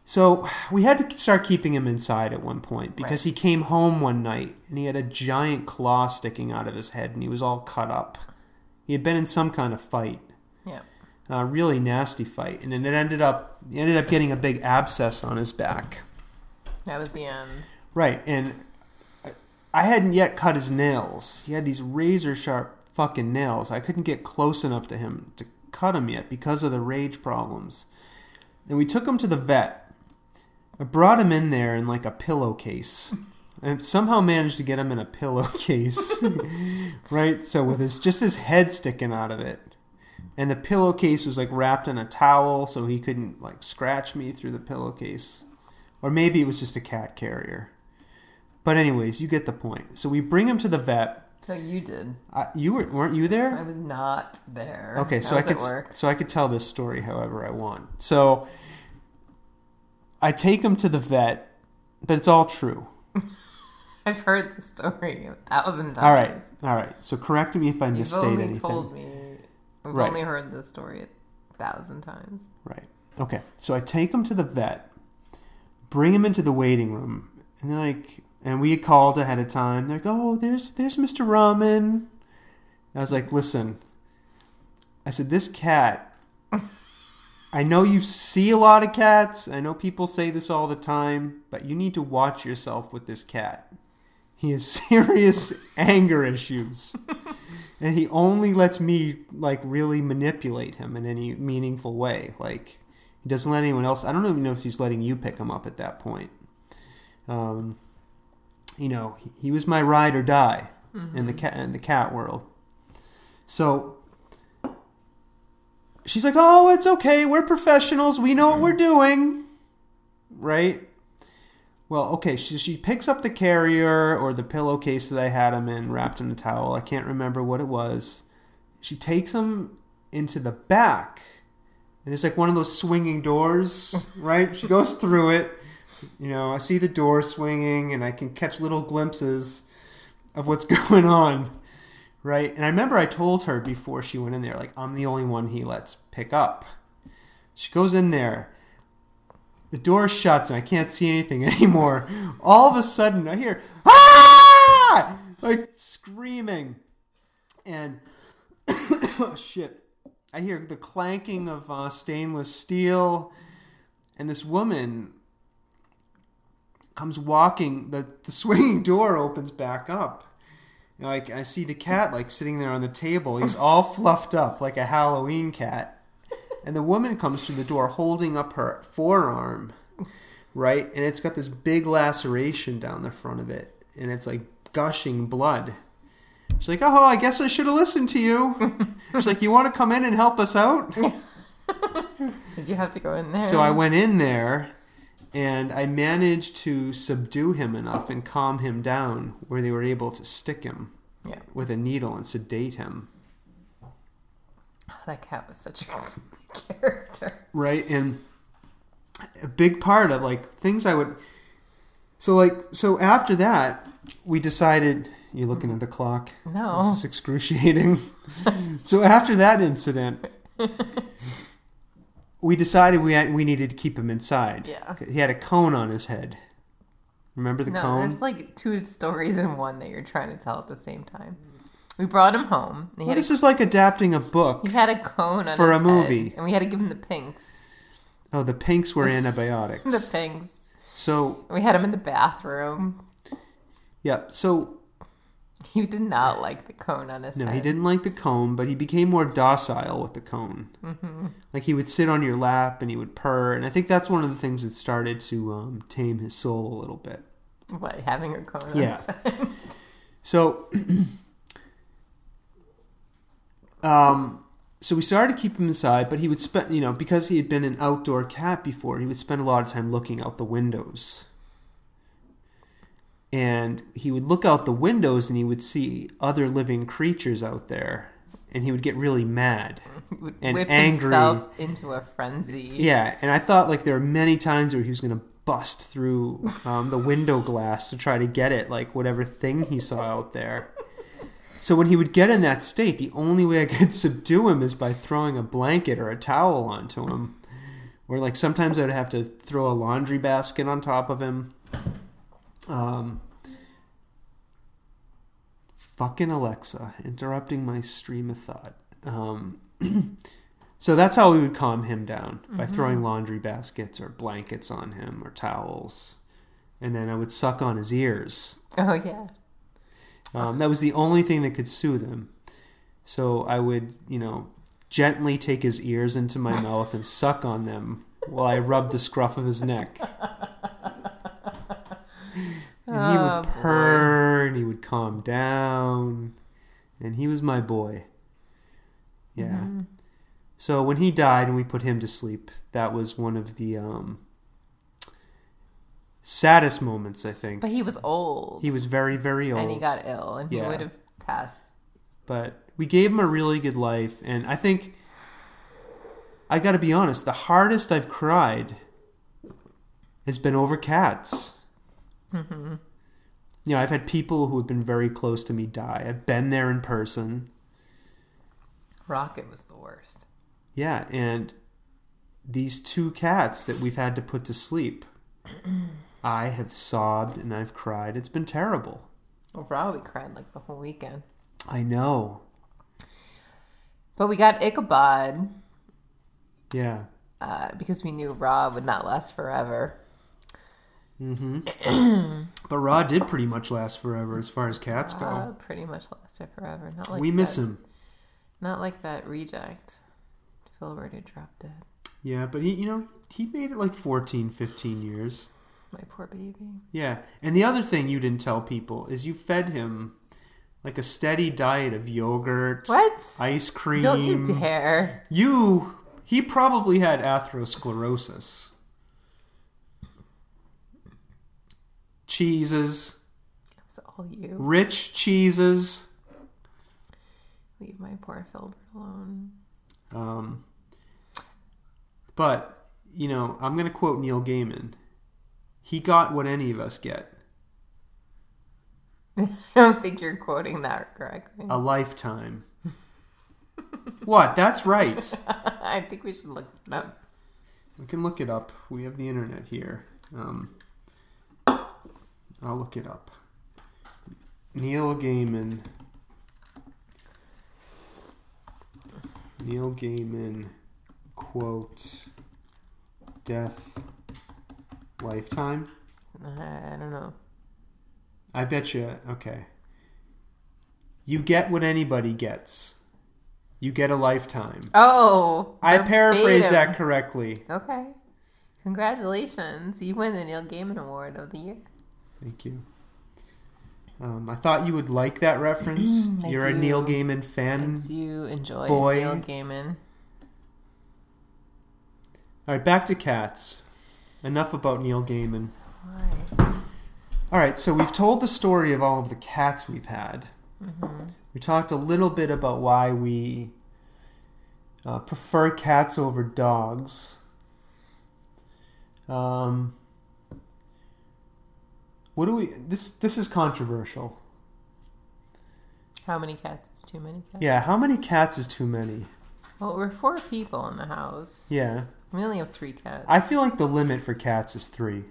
So we had to start keeping him inside at one point because he came home one night and he had a giant claw sticking out of his head and he was all cut up. He had been in some kind of fight,
Yeah.
a really nasty fight, and then it ended up he ended up getting a big abscess on his back.
That was the end.
Right, and I- I hadn't yet cut his nails. He had these razor sharp fucking nails. I couldn't get close enough to him to cut him yet because of the rage problems. And we took him to the vet. I brought him in there in like a pillowcase. And somehow managed to get him in a pillowcase. (laughs) right? So with his just his head sticking out of it. And the pillowcase was like wrapped in a towel so he couldn't like scratch me through the pillowcase. Or maybe it was just a cat carrier. But anyways, you get the point. So we bring him to the vet.
So you did.
I, you were weren't you there?
I was not there.
Okay, so I
was
could
at work. (laughs)
so I could tell this story however I want. So I take him to the vet, but it's all true.
I've heard the story a thousand times.
All right, all right. So correct me if I
You've
misstate
only
anything.
told me. I've
Right.
only heard this story a thousand times.
Right. Okay. So I take him to the vet, bring him into the waiting room, and they're like, and we had called ahead of time. They're like, oh, there's there's Mr. Ramen. I was like, listen. I said, this cat. I know you see a lot of cats. I know people say this all the time, but you need to watch yourself with this cat. He has (laughs) serious anger issues and he only lets me like really manipulate him in any meaningful way like he doesn't let anyone else i don't even know if he's letting you pick him up at that point um, you know he, he was my ride or die in the cat in the cat world so she's like oh it's okay we're professionals we know what we're doing right well, okay, she, she picks up the carrier or the pillowcase that I had him in, wrapped in a towel. I can't remember what it was. She takes him into the back, and there's like one of those swinging doors, right? she goes through it. You know, I see the door swinging, and I can catch little glimpses of what's (laughs) going on, right? And I remember I told her before she went in there, like, I'm the only one he lets pick up. She goes in there. The door shuts and I can't see anything (laughs) anymore. All of a sudden, I hear ah, like screaming, and (coughs) oh shit! I hear the clanking of uh, stainless steel, and this woman comes walking. the The (laughs) swinging door opens back up. And, Like I see the cat like sitting there on the table. He's all fluffed up like a Halloween cat and the woman comes through the door holding up her forearm, right? And it's got this big laceration down the front of it, and it's like gushing blood. She's like, "Oh, I guess I should have listened to you." She's like, "You want to come in and help us out?"
Did you have to go in there?
So I went in there, and I managed to subdue him enough and calm him down, where they were able to stick him
Yeah.
with a needle and sedate him.
Oh, that cat was such a (laughs) character.
right and a big part of like things i would so like so after that we decided you're looking at the clock
No.
this is excruciating (laughs) so after that incident we decided we had, we needed to keep him inside
Yeah.
he had a cone on his head remember the
No,
cone
there's like two stories in one that you're trying to tell at the same time. We brought him home. And he,
well,
had
this
a,
is like adapting a book
he had a cone on
for
his
a
head,
movie.
and we had to give him the pinks.
oh the pinks were antibiotics
(laughs) The pinks.
so
We had him in the bathroom. (laughs)
yeah so
He did not like the cone on his
No,
head.
he didn't like the cone, but he became more docile with the cone.
Mm-hmm.
Like he would sit on your lap and he would purr, and I think that's one of the things that started to um, tame his soul a little bit.
What having a cone? on
Yeah.
his head?
(laughs)
(laughs)
So, (clears throat) um, so we started to keep him inside, but he would spend, you know, because he had been an outdoor cat before, he would spend a lot of time looking out the windows, and he would look out the windows and he would see other living creatures out there and he would get really mad
Would
And
whip
angry.
himself into a frenzy.
yeah and i thought like there were many times where he was going to bust through um, the window glass to try to get it like whatever thing he saw out there so when he would get in that state the only way i (laughs) could subdue him is by throwing a blanket or a towel onto him or like sometimes i'd have to throw a laundry basket on top of him um fucking alexa interrupting my stream of thought um so that's how we would calm him down by
Mm-hmm.
throwing laundry baskets or blankets on him or towels and then i would suck on his ears
Oh yeah.
um, that was the only thing that could soothe him. So I would, you know, gently take his ears into
(laughs)
my mouth and suck on them while I rubbed the scruff of his neck. And he
Oh,
would
boy.
purr and he would calm down. And he was my boy. Yeah.
Mm-hmm.
So when he died and we put him to sleep, that was one of the um, saddest moments, I think.
But he was old.
he was very, very old
and he got ill and
Yeah.
he would have passed.
but we gave him a really good life and i think i gotta be honest the hardest i've cried has been over cats
Mm-hmm.
you know i've had people who have been very close to me die i've been there in person
Rocket was the worst.
yeah and these two cats that we've had to put to sleep i have sobbed and i've cried it's been terrible
Well, Robbie cried like the whole weekend.
i know
But we got Ichabod
yeah
uh, because we knew Rob would not last forever.
but Ra did pretty much last forever as far as cats go.
Rob pretty much lasted forever. Not like
we miss
that-
him.
Not like that reject, Filbert who dropped dead.
Yeah, but he, you know, he made it like 14, 15 years.
My poor baby.
Yeah. And the other thing you didn't tell people is you fed him like a steady diet of yogurt,
What?
ice cream.
Don't you dare.
You- he probably had atherosclerosis. Cheeses,
It's all you.
rich cheeses.
Leave my poor Filbert alone.
Um, but, you know, I'm going to quote Neil Gaiman. He got what any of us get
(laughs) I don't think you're quoting that correctly.
a lifetime. what? That's right.
(laughs) I think we should look it up.
We can look it up. We have the internet here. Um, I'll look it up. Neil Gaiman. Neil Gaiman quote Death Lifetime.
Uh, I don't know.
I bet you. Okay. You get what anybody gets. You get a lifetime.
Oh,
I paraphrased that
verbatim.
correctly.
Okay, congratulations! You win the Neil Gaiman Award of the year.
Thank you. Um, I thought you would like that reference.
(clears throat) I
You're a
do.
Neil Gaiman
And
fan.
you enjoy
boy.
Neil Gaiman.
All right, back to cats. Enough about Neil Gaiman.
Why?
All right, so we've told the story of all of the cats we've had.
Mm-hmm.
We talked a little bit about why we uh, prefer cats over dogs. Um, what do we? This this is controversial.
How many cats is too many cats?
Yeah, how many cats is too many?
Well, we're four people in the house.
Yeah,
We only have three cats.
I feel like the limit for cats is three.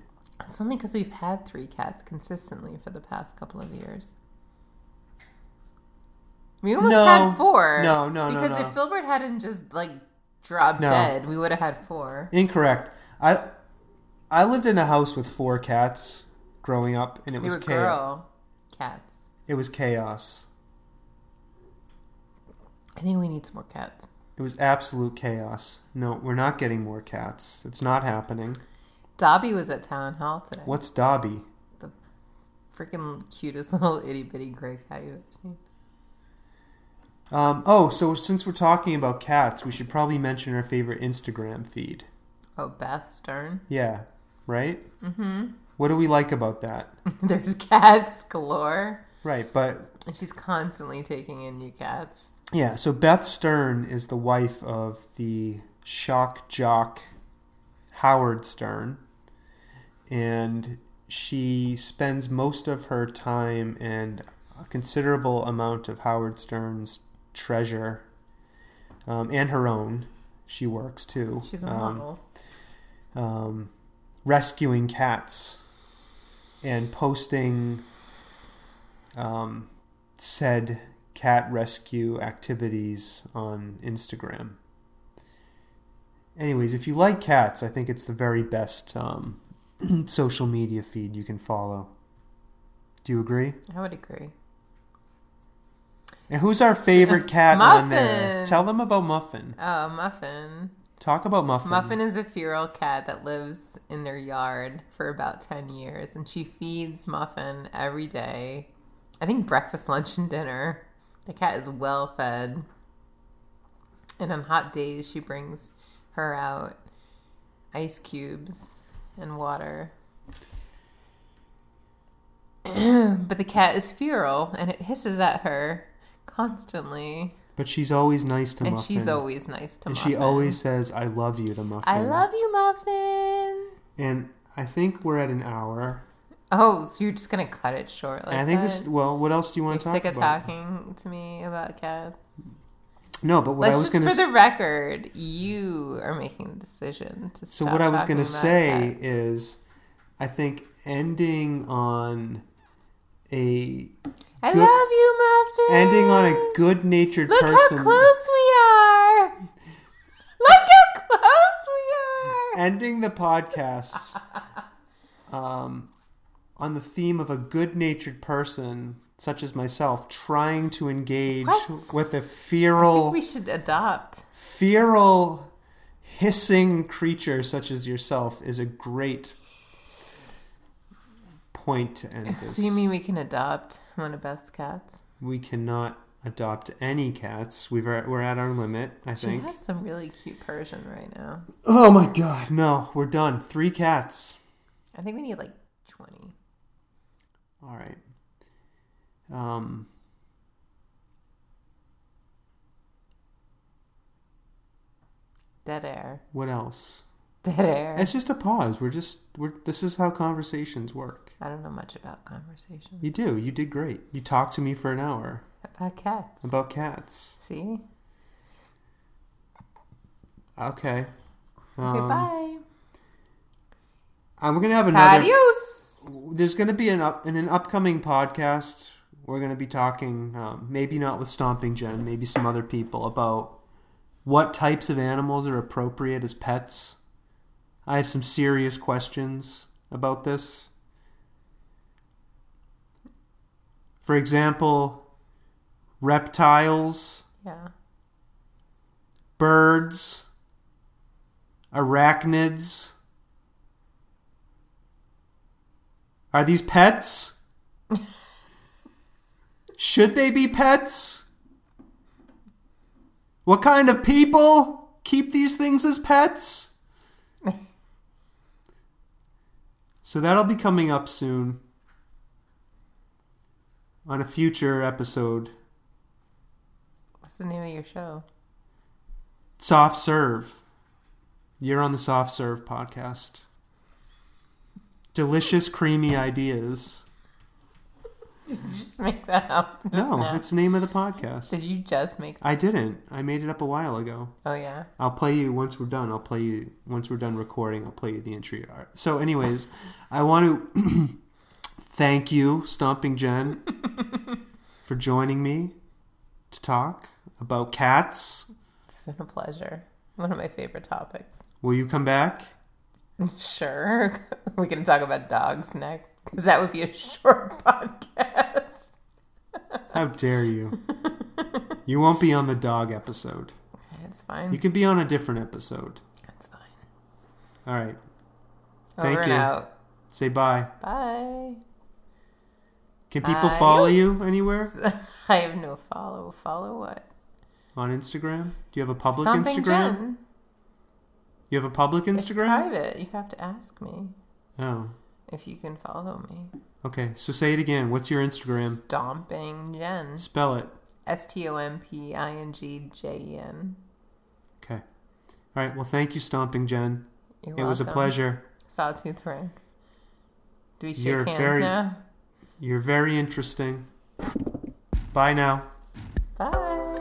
It's only because we've had three cats consistently for the past couple of years. We almost
No.
had four.
No, no, no,
Because
no.
if Filbert hadn't just like dropped
No.
dead, we would have had four.
Incorrect. I I lived in a house with four cats growing up, and it
We
was
were
chaos.
girl cats.
It was chaos.
I think we need some more cats.
It was absolute chaos. No, we're not getting more cats. It's not happening.
Dobby was at town hall today.
What's Dobby?
Freaking cutest (laughs) little itty bitty gray cat you've ever seen.
Um, oh, so since we're talking about cats, we should probably mention our favorite Instagram feed.
Oh, Beth Stern. (laughs)
Yeah, right? Mm-hmm. What do we like about that?
There's cats galore.
Right, but
And she's constantly taking in new cats.
yeah, so Beth Stern is the wife of the shock jock Howard Stern, and she spends most of her time and a considerable amount of Howard Stern's treasure um, and her own. She works too.
She's a
um,
model.
um, rescuing cats and posting um, said cat rescue activities on Instagram. Anyways, if you like cats, I think it's the very best um, (clears throat) social media feed you can follow. Do you agree?
I would agree.
And who's our
(laughs)
favorite cat on there?
Muffin.
Tell them about Muffin.
Oh, Muffin.
Talk about Muffin.
Muffin is a feral cat that lives in their yard for about 10 years, and she feeds Muffin every day. I think breakfast, (laughs) lunch, and dinner. The cat is well fed. And on hot days, she brings her out ice cubes and water. (clears throat) but the cat is feral and it hisses at her constantly.
but she's always nice to
And
Muffin.
she's always nice to
and
Muffin.
she always says, "I love you" to Muffin.
I love you, Muffin.
And I think we're at an hour.
Oh, so you're just gonna cut it short? Like
and I think
that?
this. Well, what else do you
You're
want to talk
sick of
about?
talking to me about cats.
No, but what
Let's
I was
just
going
for
to.
the record, you are making the decision to.
So
stop
what I was
talking
going to
about
say
cats.
is, I think ending on a
I
good-
love you, Muffin.
ending on a good-natured
Look
person.
how close we are. Look how close we are.
Ending the
(laughs)
podcast. um, on the theme of a good-natured person such as myself trying to engage
What?
with a
I
feral
think we should adopt.
feral hissing creature such as yourself is a great point to
(laughs)
end this.
So you mean we can adopt one of Beth's cats?
we cannot adopt any cats? We've are, we're at our limit, I
She
think.
has some really cute Persian right now.
Oh my god, no, we're done. Three cats.
I think we need like twenty.
All right. Um.
Dead air.
What else?
Dead air.
It's just a pause. We're just we're. This is how conversations work.
I don't know much about conversation.
You do. You did great. You talked to me for an hour
About cats.
about cats.
See?
Okay. Um,
Goodbye.
And we're gonna have another.
Adios.
There's gonna be an up in an upcoming podcast. We're gonna be talking, um, maybe not with Stomping Jen, maybe some other people about what types of animals are appropriate as pets. I have some serious questions about this. For example, reptiles,
Yeah.
birds, arachnids. Are these pets? Should they be pets? What kind of people keep these things as pets? so that'll be coming up soon on a future episode.
What's the name of your show? (laughs)
Soft serve. You're on the soft serve podcast. Delicious, creamy ideas.
Did you just make that up? just
No,
now?
that's the name of the podcast.
Did you just make
I didn't. I made it up a while ago.
Oh, yeah.
I'll play you once we're done. I'll play you once we're done recording. I'll play you the entry art. So, anyways, I want to (clears throat) thank you, Stomping Jen, for joining me to talk about cats.
It's been a pleasure. One of my favorite topics. (laughs)
Will you come back?
Sure. We can talk about dogs next because that would be a (laughs) short podcast.
How dare
(laughs)
you? You won't be on the dog episode.
It's fine.
You can be on a different episode.
It's fine.
All right.
Over
Thank
and
you.
out.
Say bye.
Bye.
Can people follow you
Adios.
anywhere?
(laughs) I have no follow. Follow what?
On Instagram? Do you have a public
Something
Instagram?
Jen.
You have a public
It's
Instagram?
private. You have to ask me.
Oh.
if you can follow me.
Okay, so say it again. What's your Instagram?
Stomping Jen.
Spell it.
S T O M P I N G J E N.
Okay. All right. Well, thank you, Stomping Jen.
You're
it was a
welcome.
pleasure.
Sawtooth Frank. Do we shake
You're
hands
very-
now?
You're very interesting. Bye now.
Bye.